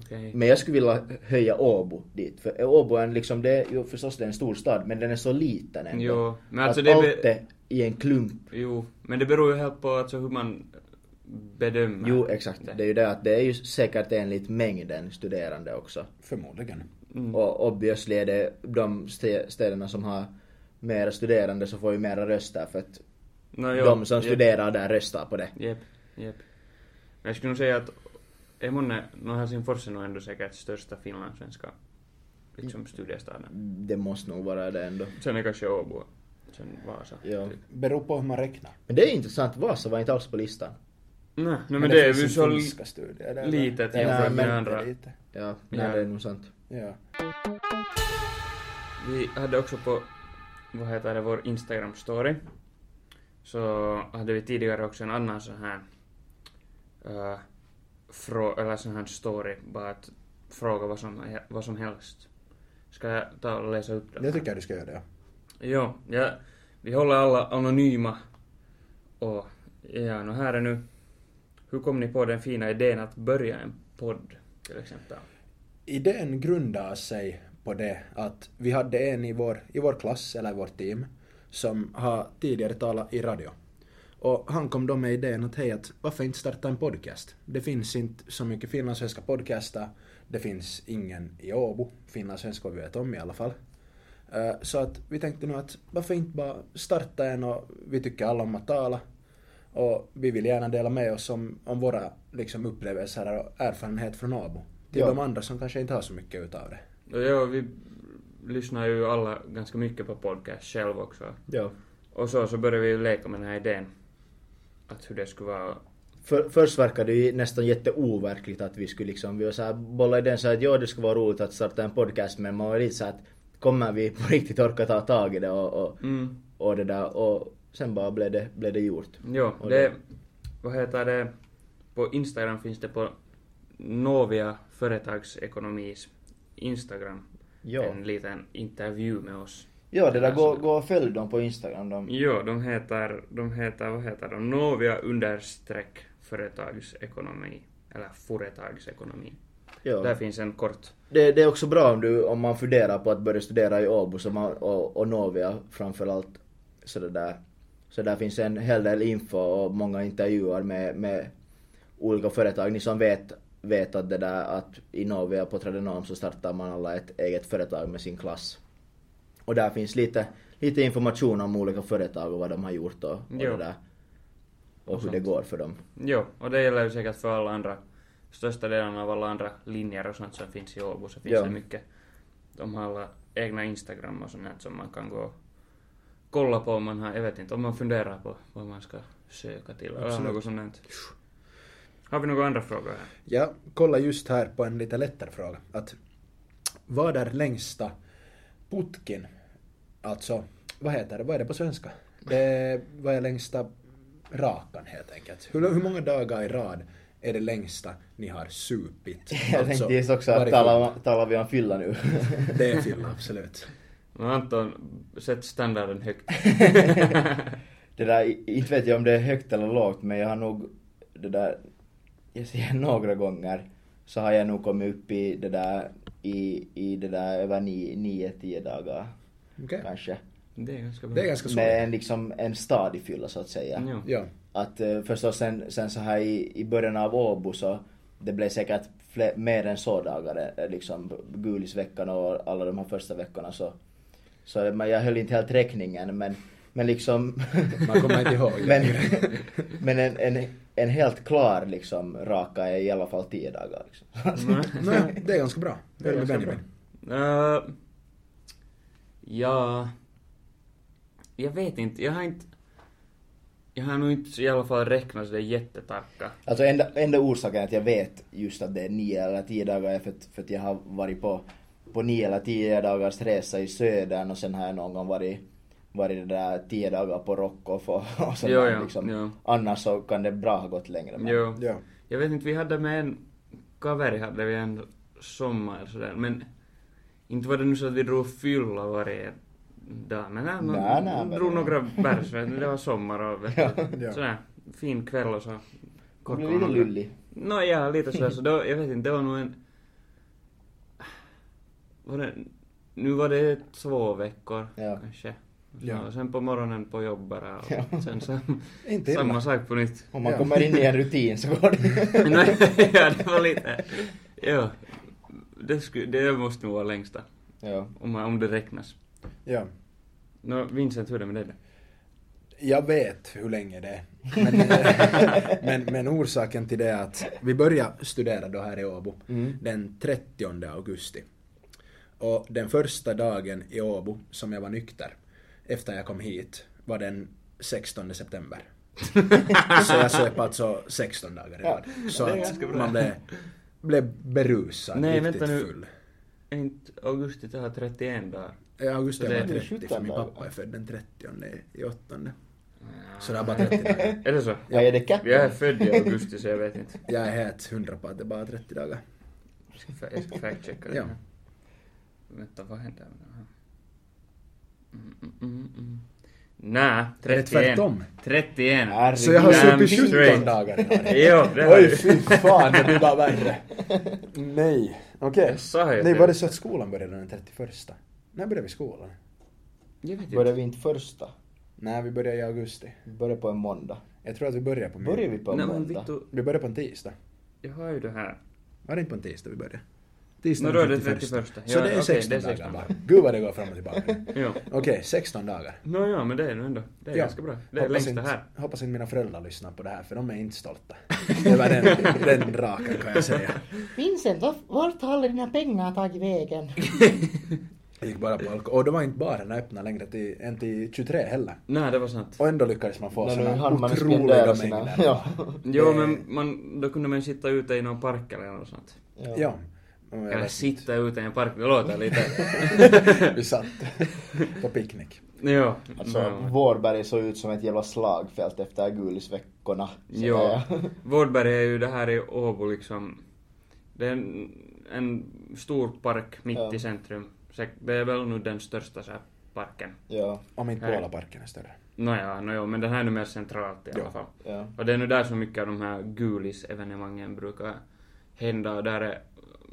S3: Okej.
S2: Men jag skulle vilja höja Åbo dit. För Åbo är en liksom, det är ju förstås det är en stor stad men den är så liten ändå.
S3: Jo, men alltså
S2: att
S3: det är
S2: allt
S3: be-
S2: är i en klump.
S3: Jo, men det beror ju helt på alltså hur man bedömer
S2: Jo, exakt.
S3: det.
S2: Det är ju det att det är ju säkert enligt mängden studerande också.
S1: Förmodligen.
S3: Mm.
S2: Och obviously är det de stä- städerna som har mera studerande så får ju mera röster för att
S3: Nå, jo,
S2: de som
S3: jep,
S2: studerar där röstar på det.
S3: Jep, jep. Men jag skulle nog säga att är månne, no Helsingfors är nog ändå säkert största finlandssvenska
S2: Mm.
S3: liksom studiestaden.
S2: Det måste nog vara det ändå.
S3: Sen är kanske Åbo, sen Vasa.
S2: Ja.
S3: typ.
S1: Beror på hur man räknar.
S2: Men det är ju intressant, Vasa var inte alls på listan.
S3: Nej, no, men det är
S1: finns
S3: ju
S1: ju
S3: så...
S1: finska studier där.
S3: litet
S1: Där
S2: jämfört
S1: är
S2: med
S1: det
S3: andra.
S1: lite.
S2: Ja, nej,
S3: Ja.
S2: det är nog sant.
S1: Ja.
S3: Vi hade också på, vad heter det, vår Instagram-story, så hade vi tidigare också en annan sån här, äh, frå, eller sån här story, bara att fråga vad som, vad som helst. Ska jag ta och läsa upp den?
S1: Jag tycker du ska göra det.
S3: Joo, ja vi håller alla anonyma. Och ja, no här är nu. Hur kom ni på den fina idén att börja en podd till exempel?
S1: Idén grundar sig på det att vi hade en i vår, i vår klass, eller i vårt team, som har tidigare talat i radio. Och han kom då med idén att hej, att varför inte starta en podcast? Det finns inte så mycket finlandssvenska podcaster. Det finns ingen i Åbo, finlandssvenska vad vi vet om i alla fall. Eh, Så att vi tänkte nu att varför inte bara starta en och vi tycker alla om att tala. Och vi vill gärna dela med oss om, om våra liksom, upplevelser och erfarenhet från Åbo. Till
S2: Ja.
S1: de andra som kanske inte har så mycket utav det.
S3: Och ja, vi lyssnar ju alla ganska mycket på podcast själv också.
S2: Ja.
S3: Och så, så började vi leka med den här idén. Att hur det skulle vara.
S2: För, först verkade det ju nästan jätteoverkligt att vi skulle liksom, vi var såhär, bolla idén så att ja det skulle vara roligt att starta en podcast men man var lite så att kommer vi på riktigt orka ta tag i det och, och,
S3: Mm.
S2: och det där och sen bara blev det, blev det gjort.
S3: Jo,
S2: Och
S3: det,
S2: det-
S3: vad heter det, på Instagram finns det på Novia Företagsekonomis Instagram.
S2: Ja.
S3: En liten intervju med oss.
S2: Ja det där, gå, gå och följ dem på Instagram de.
S3: Jo, de heter, de heter, vad heter de, Novia understreck företagsekonomi. Eller företagsekonomi. Där
S2: Ja.
S3: finns en kort.
S2: Det, det är också bra om du, om man funderar på att börja studera i Åbo så man, och, och Novia framförallt. Så det där. Så där finns en hel del info och många intervjuer med, med olika företag. Ni som vet, vet att det där att i Novia på Tradenom så startar man alla ett eget företag med sin klass. Och där finns lite, lite information om olika företag och vad de har gjort och, och
S3: Jo.
S2: det där. Och hur det går för dem.
S3: Jo, och det gäller ju säkert för alla andra, största delen av alla andra linjer och sånt som finns i Åbo så finns
S2: Ja.
S3: det mycket. De har alla egna Instagram och sånt här som man kan gå och kolla på om man har, jag vet inte, om man funderar på vad man ska söka till eller
S1: Absolut.
S3: något sånt. här. Har vi några andra frågor här?
S1: Jag kollar just här på en lite lättare fråga. Att vad är längsta putkin? Alltså, vad heter det? Vad är det på svenska? Det är, vad är längsta rakan helt enkelt? Hur, hur många dagar i rad är det längsta ni har supit? Alltså,
S2: Jag tänkte just också att
S1: varifrån?
S2: talar tala vi om fylla nu.
S1: Det är Finland, absolut.
S3: Men Anton, sätt standarden högt.
S2: Det där, inte vet jag om det är högt eller lågt men jag har nog det där, jag ser några gånger så har jag nog kommit upp i det där, i, i det där över nio, nio, tio dagar
S1: Okej.
S2: kanske.
S3: Det är ganska bra.
S1: Det är ganska
S2: Med
S1: soligt.
S2: en liksom en stadig fylla så att säga.
S3: Jo.
S1: Ja.
S2: Att eh, förstås sen, sen så här i, i början av Åbo så det blev säkert fler, mer än så dagar, eh, liksom Gulisveckan och alla de här första veckorna så. Så eh, men jag höll inte helt räkningen men, men liksom.
S1: Man kommer inte ihåg.
S2: men men en, en, en helt klar liksom raka är i alla fall tio dagar. Liksom.
S1: Nej, det är ganska bra.
S3: Det
S1: Det
S3: är
S1: är med
S3: ganska
S1: Benjamin.
S3: Öh, ja... Jag vet inte, jag har inte... Jag har nog inte i alla fall räknat så det är jättetarka.
S2: Alltså enda, enda orsaken att jag vet just att det är nio eller tio dagar är för att, för att jag har varit på, på nio eller tio dagars resa i södern och sen har jag någon gång varit, varit det där tio dagar på Rockoff och, och sådär
S3: Jo, jo,
S2: liksom.
S3: jo.
S2: Annars så kan det bra ha gått längre. men-
S3: Jo.
S1: Ja.
S3: Jag vet inte, vi hade med en kaveri hade vi en sommar sådär, men inte var det nu så att vi drog fylla varje dag, men nej,
S2: Nej,
S3: man
S2: nej, men-
S3: drog några bärs, vet ni, det var sommar och vet du,
S1: Ja.
S3: sådär fin kväll och så.
S2: Det blir
S3: kakao
S2: lite
S3: några-
S2: lullig.
S3: No ja, lite sådär, så då, jag vet inte, det var nog en... Var det, nu var det två veckor
S2: Ja.
S3: kanske.
S1: Ja.
S3: Och sen på morgonen på jobb bara och
S2: Ja.
S3: sen så,
S1: Inte
S3: samma
S1: illa.
S3: sak på nytt.
S2: Om man
S1: Ja.
S2: kommer in i en rutin så går det.
S3: No, ja, det var lite... Ja. Det, sku, det måste nog vara längsta,
S2: ja.
S3: om, man- om det räknas.
S1: Ja.
S3: Nå, Vincent, hur är det med dig då?
S1: Jag vet hur länge det är. Men, men, men orsaken till det är att vi började studera då här i Åbo
S2: Mm.
S1: den 30 augusti. Och den första dagen i Åbo som jag var nykter efter jag kom hit var den 16 september. Så jag söp alltså 16 dagar i
S2: Ja,
S1: rad. Så
S3: det är
S1: att
S3: ganska bra.
S1: man blev, blev berusad,
S3: Nej,
S1: riktigt
S3: vänta nu.
S1: full.
S3: Är inte augusti det här 31 dagar?
S1: Ja, Augusti
S3: Så det
S1: jag
S3: är
S1: var 30 för
S2: 17
S1: min
S2: dagar.
S1: pappa är född den 30 i åttonde. Så det är bara 30 dagar.
S3: Är det så?
S2: Ja, är det cap?
S3: Jag är född i augusti så jag vet inte.
S1: Jag är helt hundra på att det är bara 30 dagar.
S3: Jag ska fa- Jag ska fact-checka det
S1: Ja.
S3: här. Vänta, vad hände med det här? Mm, mm, mm, mm. Nej,
S1: Är det
S3: 31.
S1: tvärtom?
S3: 31.
S2: Herregud.
S1: Så jag har
S3: Damn
S1: suttit 17
S3: straight.
S1: dagar i rad.
S3: Jo, det har
S1: Oj
S3: du.
S1: fy fan, det blir bara värre. Nej, okej.
S3: Jag sa ju
S1: Nej,
S3: det.
S1: var det så att skolan började den 31? När började vi skolan?
S3: Jag vet
S2: Börjar
S3: inte.
S2: vi inte första?
S1: Nej, vi började i augusti.
S2: Vi börjar på en måndag.
S1: Jag tror att vi började på... min-
S2: Börjar vi på en
S3: Nej men
S2: måndag?
S3: vittu,
S1: Vi började på en tisdag.
S3: jag har ju det här.
S1: Var det inte på en tisdag vi började? Tisdag
S3: Nå, då är det 31.
S1: Så
S3: Ja,
S1: det är
S3: okej,
S1: 16
S3: det är
S1: dagar
S3: 16
S1: bara.
S3: dagar.
S1: Gud vad det går fram och tillbaka.
S3: Jo.
S1: Okej, 16 dagar.
S3: Nå ja, men det är nu ändå. Det är
S1: Ja.
S3: ganska bra. Det är längst det
S1: inte,
S3: här.
S1: Hoppas inte mina föräldrar lyssnar på det här för de är inte stolta. Det var den, den raka kan jag säga.
S4: Vincent, var, vart har alla dina pengar tagit vägen?
S1: Jag gick bara på alkohol. Och då var inte barerna öppna längre till, än till 23 heller.
S3: Nej, det var sant.
S1: Och ändå lyckades man få
S2: Nej, nu
S1: såna
S2: hann man ju
S1: otroliga
S2: spendera sina-
S1: mängder.
S2: Ja.
S3: Jo,
S1: Det-
S3: men man, då kunde man sitta ute i någon park eller något sånt.
S1: Ja. Men jag
S3: Eller
S1: vet inte.
S3: sitta ute i en park, det låter lite...
S1: Vi satt på picknick.
S3: jo.
S2: Alltså,
S3: nå.
S2: Vårberg såg ut som ett jävla slagfält efter Agulisveckorna. Så
S3: Ja,
S2: det-
S3: Vårdberg är ju det här i Åbo liksom. Det är en, en stor park mitt
S2: Ja.
S3: i centrum. Säk- Det är väl nu den största så här, parken.
S2: ja,
S1: Om inte
S3: Nej.
S1: Polaparken är större.
S3: Nåja, nåja, men den här är nu mer centralt i alla
S1: Ja.
S3: fall.
S2: ja.
S3: Och det är nu där så mycket av de här gulis-evenemangen brukar hända och där, är,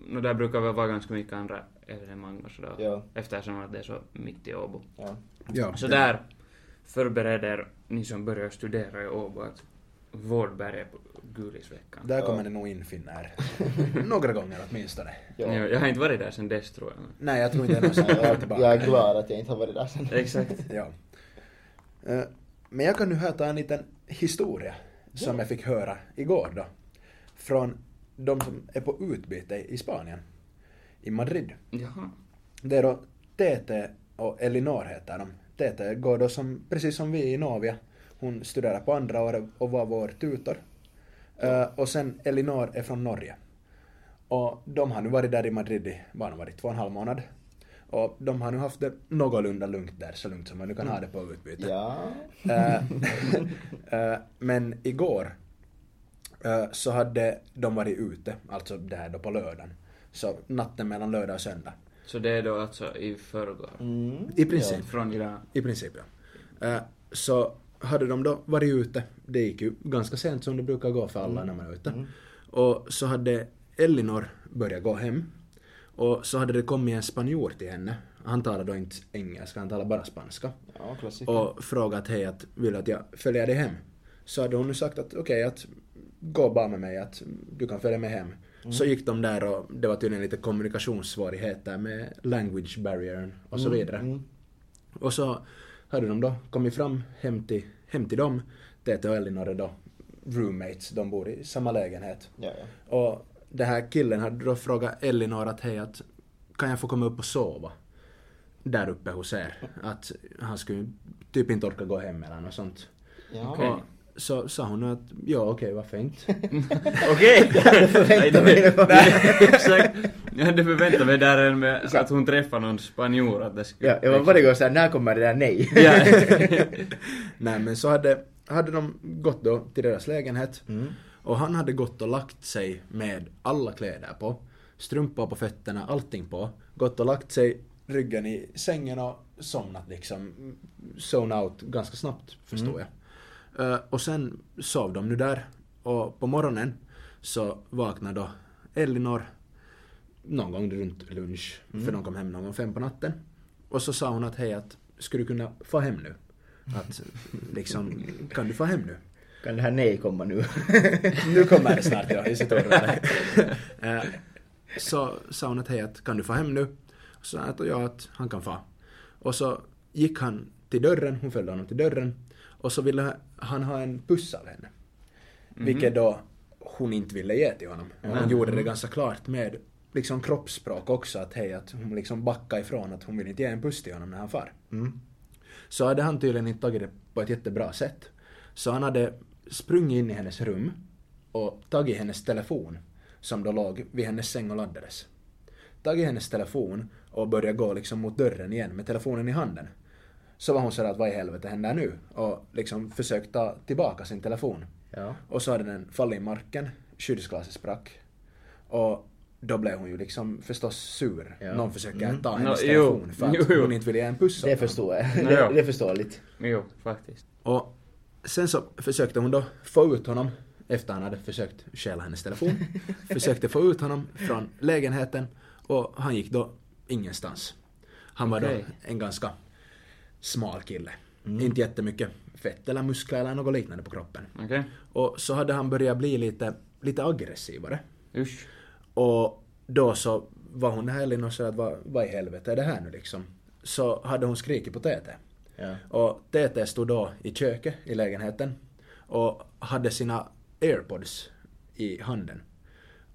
S3: no, där brukar väl vara ganska mycket andra evenemang och sådär.
S2: Ja.
S3: Eftersom att det är så mitt i Åbo.
S2: ja.
S1: Ja,
S3: Så
S1: det-
S3: där förbereder ni som börjar studera i Åbo att Vårdberg är på gulisveckan.
S1: Där
S2: Ja.
S1: kommer det nog in finnar. Några gånger åtminstone.
S2: Ja.
S3: Jag, jag har inte varit där sen dess tror jag. men-
S1: Nej, jag tror inte det är någon som kommer
S2: Jag,
S1: tillbaka.
S2: jag är glad att jag inte har varit där sen.
S3: Exakt.
S1: Ja. Eh, Men jag kan nu här ta en liten historia som jag fick höra igår då. Från de som är på utbyte i Spanien. I Madrid.
S3: Jaha.
S1: Det är då TT och Elinor heter de. TT går då som, precis som vi i Novia. Hon studerar på andra året och var vår tutor. Eh, och sen Elinor är från Norge. Och de har nu varit där i Madrid i, vad har de varit, två och en halv månad. Och de har nu haft det någorlunda lugnt där, så lugnt som man nu kan ha det på utbyte.
S2: Ja.
S1: Eh, eh, men igår eh, så hade de varit ute, alltså där då på lördagen. Så natten mellan lördag och söndag.
S3: Så det är då alltså i förrgår.
S2: Mm.
S1: I princip.
S3: Från idag.
S1: I princip ja. Eh, Så hade de då varit ute, det gick ju ganska sent som det brukar gå för alla när man är ute. Och så hade Elinor börjat gå hem. Och så hade det kommit en spanjor till henne. Han talade då inte engelska, han talade bara spanska.
S2: Ja, klassiker.
S1: Och frågat hej att vill du att jag följer dig hem? Så hade hon nu sagt att okej att gå bara med mig att du kan följa med hem. Så gick de där och det var tydligen lite kommunikationssvårigheter med language barrieren och så vidare. Och så hade de då kommit fram hem till, hem till dem. Tete och Elinor är då roommates, de bor i samma lägenhet.
S2: Ja, ja.
S1: Och den här killen hade då frågat Elinor att hej att kan jag få komma upp och sova? Där uppe hos er. Att han skulle typ inte orka gå hem eller något sånt.
S2: Ja.
S3: Okej.
S1: Och så sa hon att ja okej varför inte?
S3: Okej! Nej, det- Nej, Exakt. Jag hade förväntat mig där än med att hon träffar någon spanjor att det skulle...
S2: gång såhär, när kommer det där nej?
S3: Ja.
S1: Nej men så hade, hade de gått då till deras lägenhet
S2: Mm.
S1: och han hade gått och lagt sig med alla kläder på, strumpor på fötterna, allting på, gått och lagt sig ryggen i sängen och somnat liksom. Zone out ganska snabbt förstår jag. Eh, och sen sov de nu där och på morgonen så vaknade då Elinor någon gång runt lunch, för de kom hem någon gång fem på natten. Och så sa hon att hej att skulle du kunna få hem nu? Att liksom, kan du få hem nu?
S2: Kan det här nej komma nu?
S1: Nu kommer det snart, ja. Just det, Eh, Så sa hon att hej, att kan du få hem nu? Och så sa han att ja, att han kan få. Och så gick han till dörren, hon följde honom till dörren. Och så ville han ha en puss av henne. Vilket då hon inte ville ge till honom. Och hon
S3: Mm.
S1: gjorde det ganska klart med liksom kroppsspråk också att hej, att hon liksom backade ifrån att hon vill inte ge en puss till honom när han far
S2: Mm.
S1: så hade han tydligen inte tagit det på ett jättebra sätt. Så han hade sprungit in i hennes rum och tagit hennes telefon som då låg vid hennes säng och laddades. Tagit hennes telefon och börjat gå liksom mot dörren igen med telefonen i handen. Så var hon sådär att vad i helvete händer nu? Och liksom försökt ta tillbaka sin telefon.
S2: Ja.
S1: Och så hade den fallit i marken, skyddsglaset sprack. Och då blev hon ju liksom förstås sur.
S2: Ja.
S1: Någon försöker
S2: Mm.
S1: ta hennes
S3: Nå, jo.
S1: telefon för att
S3: Jo, jo.
S1: hon inte vill ge en puss åt
S2: Det
S1: honom.
S2: förstår jag.
S3: Nej,
S2: det,
S3: ja.
S2: det är förståeligt.
S3: Jo, faktiskt.
S1: Och sen så försökte hon då få ut honom, efter han hade försökt stjäla hennes telefon, försökte få ut honom från lägenheten och han gick då ingenstans. Han var
S3: Okej.
S1: då en ganska smal kille. Inte jättemycket fett eller muskler eller något liknande på kroppen.
S3: Okej.
S1: Och så hade han börjat bli lite, lite aggressivare.
S3: Usch.
S1: Och då så var hon här och sa att vad, vad i helvete är det här nu liksom? Så hade hon skrikit på TT.
S2: Ja.
S1: Och TT stod då i köket i lägenheten och hade sina airpods i handen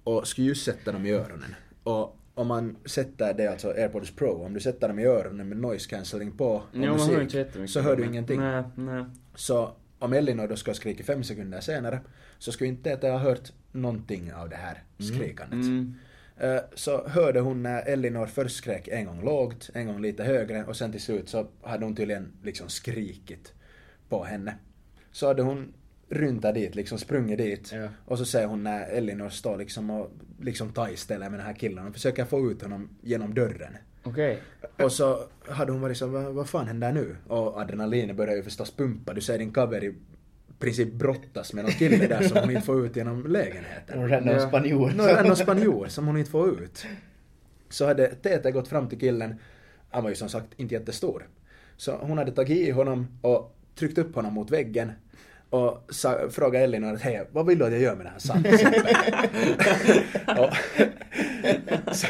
S1: och skulle just sätta dem i öronen. Och om man sätter, det är alltså airpods pro, om du sätter dem i öronen med noise cancelling på och
S3: Jo, man hör inte jättemycket.
S1: så hör du ingenting.
S3: Nej, nej.
S1: Så om Elinor då ska skrika fem sekunder senare så skulle inte TT ha hört någonting av det här skrikandet.
S3: Mm.
S1: Eh, så hörde hon när Elinor först skrek en gång lågt, en gång lite högre och sen till slut så hade hon tydligen liksom skrikit på henne. Så hade hon ryntat dit, liksom sprungit dit
S2: Ja.
S1: och så ser hon när Elinor står liksom och liksom taistelar med den här killen och försöker få ut honom genom dörren.
S3: Okej.
S1: Och så hade hon varit så vad, vad fan händer nu? Och adrenalinet börjar ju förstås pumpa, du ser din cover i princip brottas med någon kille där som hon inte får ut genom lägenheten.
S2: Någon random
S3: Ja.
S2: spanjor.
S1: Några någon spanjor som hon inte får ut. Så hade TT gått fram till killen, han var ju som sagt inte jättestor. Så hon hade tagit i honom och tryckt upp honom mot väggen och sa, frågade Elinor att hej, vad vill du att jag gör med den här sanden? och, så,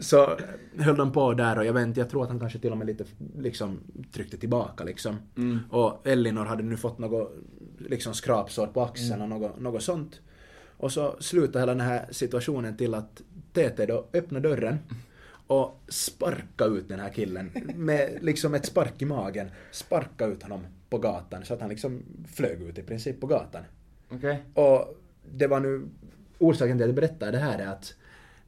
S1: så höll de på där och jag vet inte, jag tror att han kanske till och med lite liksom tryckte tillbaka liksom.
S3: Mm.
S1: Och Elinor hade nu fått något liksom skrapsår på axeln och något, något sånt. Och så slutade hela den här situationen till att TT då öppnade dörren och sparka ut den här killen med liksom ett spark i magen. Sparka ut honom på gatan så att han liksom flög ut i princip på gatan.
S3: Okej.
S1: Och det var nu orsaken till att jag berättar det här är att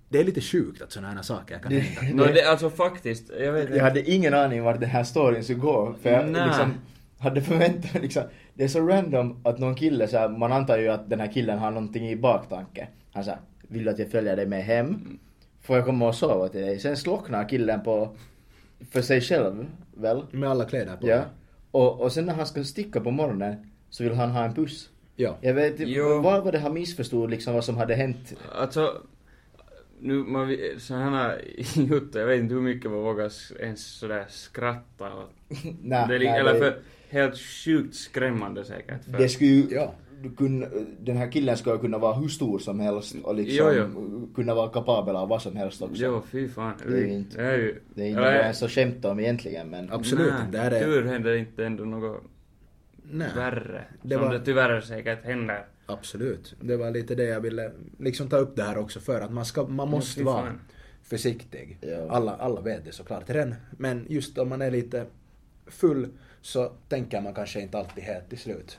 S1: det är lite sjukt att sådana här saker kan hända.
S2: Det-
S3: Nå, det, alltså faktiskt, jag vet
S2: Jag hade ingen aning vart den här storyn skulle gå. För jag
S3: Nej.
S2: liksom hade förväntat mig liksom, det är så random att någon kille så här, man antar ju att den här killen har någonting i baktanke. Han säger, vill du att jag följer dig med
S3: Mm.
S2: hem? Får jag komma och sova till dig? Sen slocknar killen på, för sig själv väl?
S1: Med alla kläder på.
S2: Ja. Och, och sen när han ska sticka på morgonen så vill han ha en puss.
S1: ja.
S2: Jag vet inte,
S3: Jo.
S2: vad var det han missförstod liksom vad som hade hänt?
S3: Alltså, nu, man, vi- sådana juttuja, jag vet inte hur mycket man vågar s- ens sådär skratta åt.
S2: Nä,
S3: det är, li-
S2: nä,
S3: eller
S2: det-
S3: för, helt sjukt skrämmande säkert. För,
S2: Det skulle ju,
S1: Ja.
S2: du kunna, den här killen ska ju kunna vara hur stor som helst och liksom
S3: Jo,
S2: kunna vara kapabel av vad som helst också.
S3: jo, fy fan.
S2: Det är ju inte-
S3: det är ju,
S2: Det är inte
S3: eller-
S2: vad jag ens att skämta om egentligen men...
S1: Absolut
S3: nej,
S1: inte. Det här är-
S3: Tur händer inte ändå något
S1: Nej.
S3: värre.
S1: Det
S3: som
S1: var-
S3: det tyvärr säkert händer.
S1: Absolut. Det var lite det jag ville liksom ta upp det här också för att man, ska, man måste
S3: fy fan.
S1: vara försiktig.
S2: Ja.
S1: Alla, alla vet det såklart redan. Men just om man är lite full så tänker man kanske inte alltid helt till slut.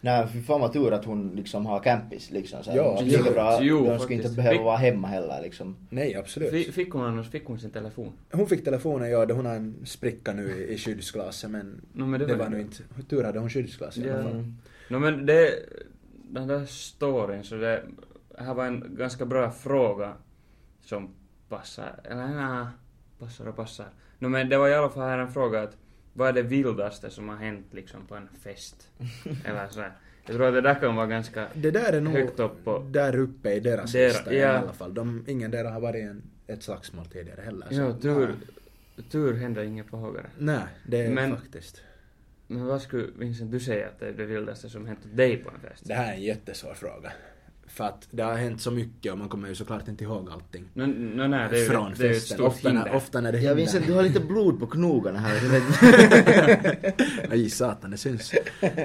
S2: Nej fy fan vad tur att hon liksom har campis liksom. Så här,
S1: Ja,
S2: hon skulle
S1: absolut.
S2: bra,
S3: Jo,
S2: hon skulle
S3: faktiskt.
S2: inte behöva
S3: Vi-
S2: vara hemma heller liksom.
S1: Nej, absolut.
S3: Fi- Fick hon annars, fick hon sin telefon?
S1: Hon fick telefonen, ja, då hon har en spricka nu i, i skyddsglaset men,
S3: No, men det
S1: det
S3: var
S1: var
S3: ju-
S1: nu inte... Tur hade hon skyddsglas i alla fall.
S2: Mm.
S3: No men det, den där storyn, så det här var en ganska bra fråga som passar, eller nä, passar och passar. No men det var i alla fall här en fråga att vad är det vildaste som har hänt liksom på en fest? eller så här. Jag tror att det där kan vara ganska...
S1: Det där är nog
S3: Högt upp på-
S1: där uppe i deras
S3: Där-
S1: lista i
S3: ja.
S1: alla fall. De, ingen där har varit en, ett slagsmål tidigare heller. så-
S3: Jo, tur, tur händer inget påhågare.
S1: Nej, det är
S3: Men-
S1: faktiskt.
S3: Men vad skulle Vincent du säga att det är det vildaste som hänt åt dig på en fest?
S1: Det här är en jättesvår fråga. För att det har hänt så mycket och man kommer ju såklart inte ihåg allting.
S3: No, no, nej, det är ju
S1: från
S3: ett, det är ju ett
S1: festen.
S3: stort
S1: ofta, när,
S3: hinder.
S1: ofta när det
S2: Ja Vincent, du har lite blod på knogarna här. Jag vet-
S1: Aj satan, det syns.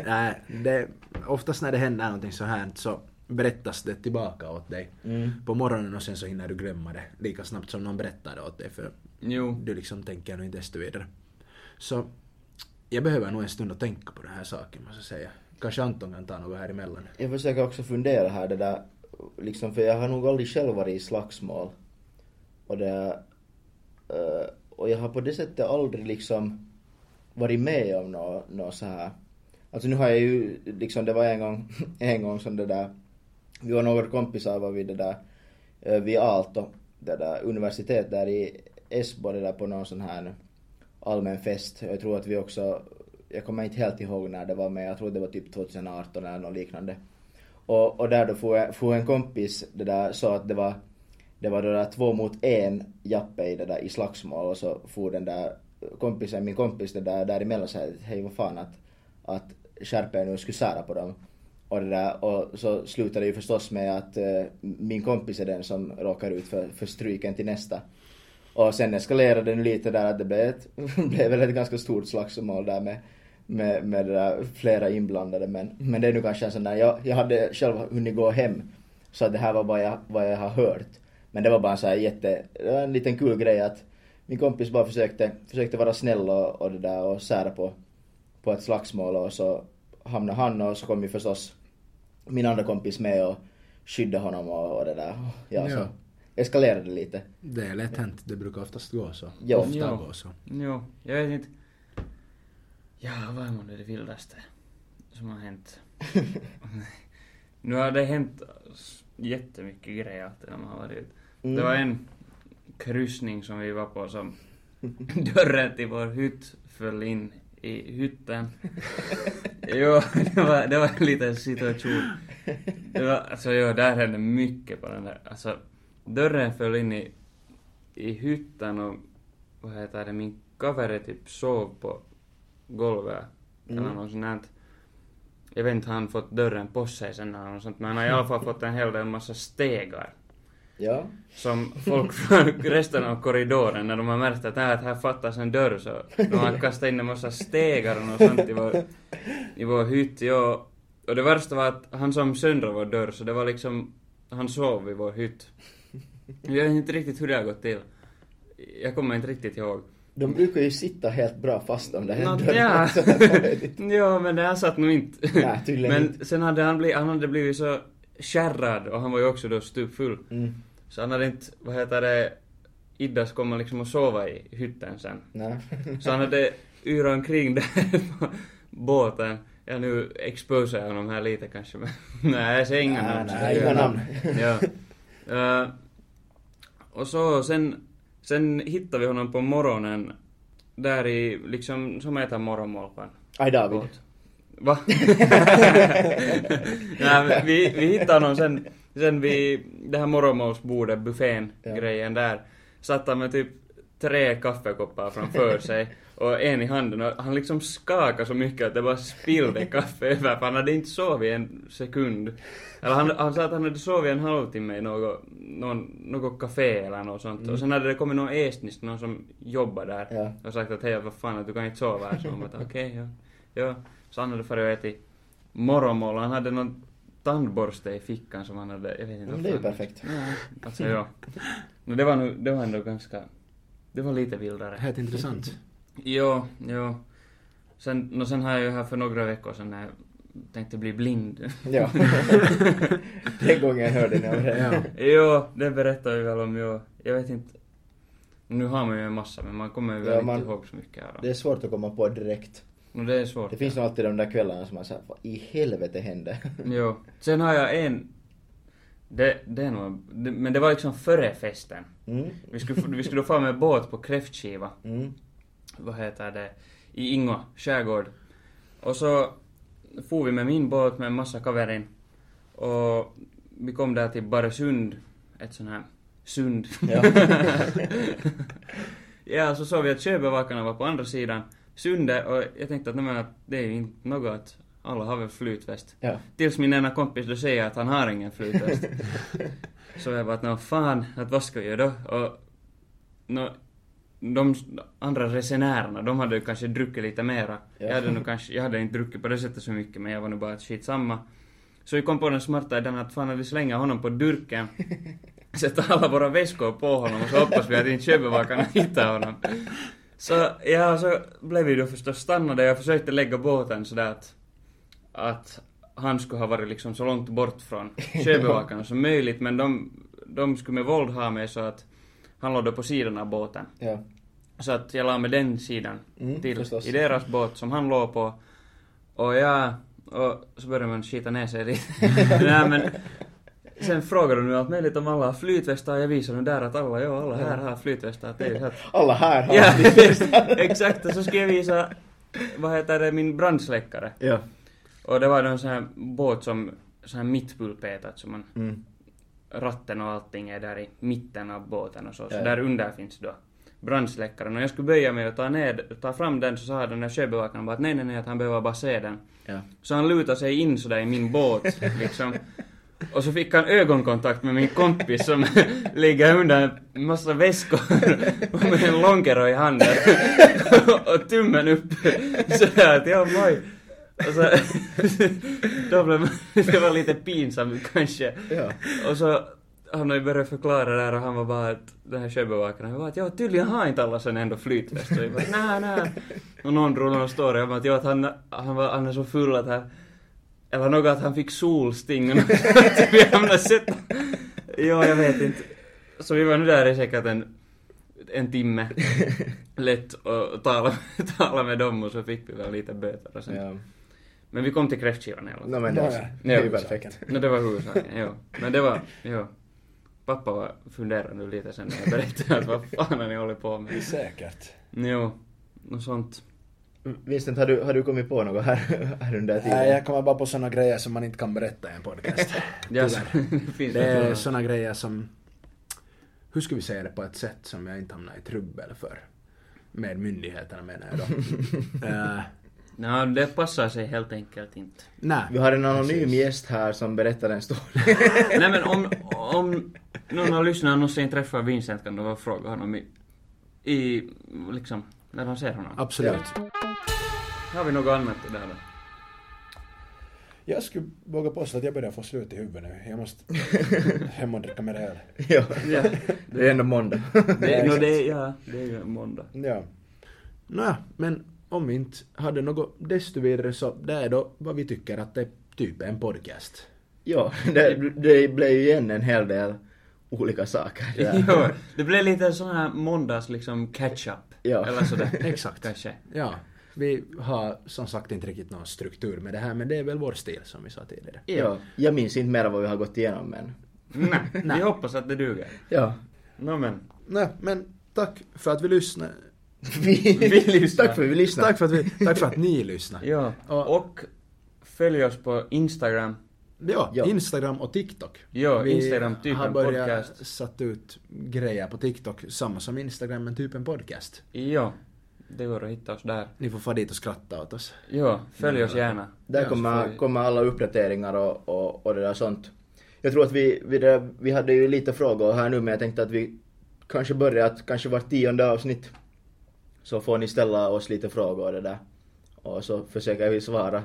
S1: Nej, det, oftast när det händer någonting så här så berättas det tillbaka åt dig
S3: Mm.
S1: på morgonen och sen så hinner du glömma det lika snabbt som någon berättar det åt dig för
S3: Jo,
S1: du liksom tänker nog inte ens vidare. Så jag behöver nog en stund att tänka på den här saken måste jag säga. Kanske Anton kan ta något här emellan.
S2: Jag försöker också fundera här det där, liksom, för jag har nog aldrig själv varit i slagsmål. Och, det, eh, och jag har på det sättet aldrig liksom varit med om något nå så här. Alltså nu har jag ju, liksom det var en gång, en gång som det där, vi var några kompisar var vi det där, eh, vid Aalto, det där universitet där i Esbo, det där på någon sån här allmän fest. Jag tror att vi också, jag kommer inte helt ihåg när det var men jag tror det var typ 2018 eller något liknande. Och, och där då får, jag, får en kompis det där sa att det var, det var det där två mot en jappe i det där i slagsmål och så får den där kompisen, min kompis det där däremellan och säger att hej vad fan att, att skärp er nu och skulle sära på dem. Och, det där, och så slutade det ju förstås med att eh, min kompis är den som råkar ut för, för stryken till nästa. Och sen eskalerade det lite där att det blev, ett, blev väl ett ganska stort slagsmål där med, med, med det där flera inblandade. Men, men det är nu kanske en sån där, jag, jag hade själv hunnit gå hem. Så att det här var vad jag, vad jag har hört. Men det var bara en sån här jätte, det var en liten kul grej att min kompis bara försökte, försökte vara snäll och, och det där och sära på, på ett slagsmål och så hamnade han och så kom ju förstås min andra kompis med och skyddade honom och, och det där. Ja, så
S1: Ja.
S2: eskalerade det lite.
S1: Det är lätt hänt, det brukar oftast gå så.
S2: Ja.
S1: Ofta
S3: Ja.
S1: gå så.
S3: jo, jag vet inte. Ja, vad är man det vildaste som har hänt? nu har det hänt s- jättemycket grejer alltid när man har varit ute. Det var en kryssning som vi var på som dörren till vår hytt föll in i hytten. jo, det var, det var en liten situation. Det var, alltså jo, där hände mycket på den där. Alltså, dörren föll in i, i hytten och vad heter det, min kaveri typ sov på golvet eller
S2: Mm.
S3: något sånt där. Jag vet inte, har han fått dörren på sig sen eller något sånt, men han har i alla fall fått en hel del massa stegar
S2: Ja.
S3: som folk från resten av korridoren, när de har märkt att här, att här fattas en dörr, så de har kastat in en massa stegar och något sånt i vår, i vår hytt. Ja, och det värsta var att han som söndrade vår dörr, så det var liksom, han sov i vår hytt. Jag vet inte riktigt hur det har gått till. Jag kommer inte riktigt ihåg.
S2: De brukar ju sitta helt bra fast om det
S3: Nå,
S2: händer.
S3: ja.
S2: Så jag vet inte.
S3: ja, men det här satt nog inte.
S2: Nej, tydligen
S3: men
S2: inte.
S3: sen hade han blivit, han hade blivit så kärrad och han var ju också då stupfull.
S2: Mm.
S3: Så han hade inte, vad heter det, Iddas komma liksom och sova i hytten sen.
S2: Nej.
S3: Så han hade yrat omkring där på båten. Ja nu exposar jag honom här lite kanske men nej jag säger inga
S2: Nej,
S3: namn. så
S2: nej,
S3: det gör
S2: inga
S3: jag
S2: namn.
S3: inte. ja. Eh, och så sen, sen hittade vi honom på morgonen där i liksom, som äter morgonmål på en
S2: Aj David.
S3: båt. Va? nej, men vi, vi hittade honom sen, sen vid det här morgonmålsbordet, buffén,
S2: Ja.
S3: grejen där. Satt han med typ tre kaffekoppar framför sig och en i handen och han liksom skakade så mycket att det bara spillde kaffe över för han hade inte sovit en sekund. Eller han, han sa att han hade sovit en halvtimme i något, någon, något café eller något sånt och sen hade det kommit någon estnisk, någon som jobbar där
S2: Mm. Ja.
S3: och sagt att hej vad fan att du kan inte sova här. Så man bara okej, ja. ja. Så han hade farit och ätit morgonmål och han hade någon tandborste i fickan som han hade, jag vet inte
S2: Men det är ju
S3: vad fan.
S2: perfekt.
S3: Nej, alltså ja. No, det var nu, det var ändå ganska, det var lite vildare.
S1: Helt intressant.
S3: Jo, jo. Sen, no, sen har jag ju här för några veckor sedan när jag tänkte bli blind.
S2: Ja. Den gången jag hörde ni om det.
S1: Ja.
S3: jo, det berättade vi väl om, jo. Jag vet inte. Nu har man ju en massa, men man kommer ju väl
S2: Ja,
S3: inte
S2: man-
S3: ihåg så mycket av
S2: Det
S3: dem.
S2: är svårt att komma på direkt.
S3: No, det är svårt.
S2: Det finns nog alltid de där kvällarna som man säger, vad i helvete hände?
S3: Jo. Sen har jag en... Det, det är nog, det, men det var liksom före festen.
S2: Mm.
S3: Vi skulle, vi skulle få med båt på kräftskiva.
S2: Mm.
S3: vad heter det, i Ingå skärgård. Och så for vi med min båt med en massa kaverin. Och vi kom där till Barsund, ett sånt här sund.
S2: Ja.
S3: Ja, så såg vi att sjöbevakarna var på andra sidan sundet och jag tänkte att, nej, men att det är ju inte något att alla har väl flytväst.
S2: Ja.
S3: Tills min ena kompis då säger att han har ingen flytväst. så jag bara att nå fan, att vad ska jag göra då? Och nå, de andra resenärerna, de hade ju kanske druckit lite mera.
S2: Ja.
S3: Jag, hade nog kanske, jag hade inte druckit på det sättet så mycket men jag var nog bara att shit samma. Så vi kom på den smarta idén att fan att vi slänger honom på durken. Sätter alla våra väskor på honom och så hoppas vi att inte sjöbevakarna hittar honom. Så ja, så blev vi då förstås stannade jag försökte lägga båten sådär att, att han skulle ha varit liksom så långt bort från sjöbevakarna som möjligt men de, de skulle med våld ha mig så att han låg då på sidan av båten.
S2: Ja.
S3: Så att jag la med den sidan
S2: Mm,
S3: till
S2: förstås.
S3: i deras båt som han låg på. Och jag... Och så började man skita ner sig lite. Nej men... Sen frågade de nu allt möjligt om alla har flytvästar och jag visade nu där att alla, jo alla här har flytvästar. Det är ju helt...
S2: Alla här har
S3: Ja,
S2: flytvästar.
S3: exakt. Och så ska jag visa, vad heter det, min brandsläckare.
S1: Ja.
S3: Och det var då en sån här båt som, sån här mittpulpetat som man,
S1: Mm.
S3: ratten och allting är där i mitten av båten och så. Så
S2: Ja.
S3: där under finns då brandsläckaren. Och jag skulle böja mig och ta, ned, ta fram den så sa den där sjöbevakaren bara att nej, nej, nej, att han behöver bara se den.
S2: Ja.
S3: Så han lutade sig in sådär i min båt liksom. Och så fick han ögonkontakt med min kompis som ligger under en massa väskor och med en lonkero i handen. och tummen upp. Sådär att jag moj. Och så, då blev man, det var lite pinsamt kanske.
S2: Ja.
S3: Och så han har ju börjat förklara där och han var bara att den här sjöbevakaren var att ja tydligen har inte alla sen ändå flytväst. Så jag bara nä nä. Och någon drog någon story om att ja att han, han var han är så full att han eller något att han fick solsting och något att vi hamnade sett. Ja jag vet inte. Så vi var nu där i säkert en, en timme lätt och tala, tala med dem och så fick vi väl lite böter och sen.
S2: Ja.
S3: Men vi kom till kräftskivan i alla fall.
S2: No, men det,
S1: Ja, ja.
S2: det är ju
S3: Ja.
S2: perfekt.
S3: No det var huvudsaken, jo. Men det var, jo. Pappa var funderade nu lite sen när jag berättade att vad fan har ni hållit på med?
S1: Säkert.
S3: Jo, något sånt.
S2: Vincent, har du, har du kommit på något här, här under tiden?
S1: Nej, jag kommer bara på såna grejer som man inte kan berätta i en podcast.
S3: Ja,
S1: Tyvärr.
S3: det finns
S1: Det är
S3: något sånt.
S1: såna grejer som... Hur ska vi säga det på ett sätt som jag inte hamnar i trubbel för? Med myndigheterna menar jag då. Eh,
S3: Nå, det passar sig helt enkelt inte.
S1: Nej.
S2: Vi har en anonym
S1: Precis.
S2: gäst här som berättar en story.
S3: Nej men om, om någon av lyssnarna någonsin träffar Vincent kan du väl fråga honom i, i liksom, när han ser honom.
S1: Absolut.
S3: Har vi något annat där då?
S1: Jag skulle våga påstå att jag börjar få slut i huvudet nu. Jag måste hem och dricka mer öl.
S2: ja.
S3: Ja.
S2: Det är ändå måndag.
S3: Det, no, det, ja, det är ju en måndag.
S1: Ja. Nåja, men om vi inte hade något desto vidare så det är då vad vi tycker att det är typ en podcast.
S2: ja, det, det blev ju igen en hel del olika saker. där.
S3: Jo, det blev lite sån här måndags liksom catch-up.
S2: Ja.
S3: Eller sådär.
S1: Exakt.
S3: Kanske.
S1: Ja, vi har som sagt inte riktigt någon struktur med det här men det är väl vår stil som vi sa tidigare.
S2: ja. Jag minns inte mer vad vi har gått igenom men...
S3: Nej, vi hoppas att det duger.
S2: Ja.
S3: No, men.
S1: Nej, men tack för att vi lyssnade.
S2: Vi,
S3: Vi lyssnar.
S2: Tack för att vi lyssnar.
S1: Tack för att, vi, tack för att ni lyssnade.
S3: Ja.
S1: Och-
S3: Och följ oss på Instagram.
S1: Ja,
S2: Ja.
S1: Instagram och TikTok.
S3: Ja,
S1: vi
S3: Instagram, typ
S1: har
S3: en
S1: börjat
S3: podcast.
S1: satt ut grejer på TikTok, samma som Instagram men typ en podcast.
S3: Ja, det går att hitta oss där.
S1: Ni får få dit och skratta åt oss.
S3: Ja, följ oss gärna.
S2: Där kommer, kommer alla uppdateringar och, och, och det där sånt. Jag tror att vi, vi, där- vi hade ju lite frågor här nu men jag tänkte att vi kanske börjar att kanske vart tionde avsnitt så får ni ställa oss lite frågor och det där. Och så försöker vi svara,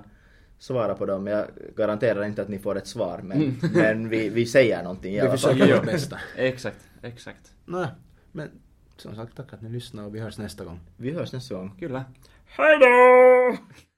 S2: svara på dem. Jag garanterar inte att ni får ett svar men, men vi, vi säger någonting i
S1: Mm. Vi
S2: alla fall.
S1: försöker
S3: Ja.
S1: vårt bästa.
S3: Exakt, exakt.
S1: Nej, men som sagt tack att ni lyssnade och vi hörs nästa gång.
S2: Vi hörs nästa gång.
S3: Kyllä.
S2: Hej då!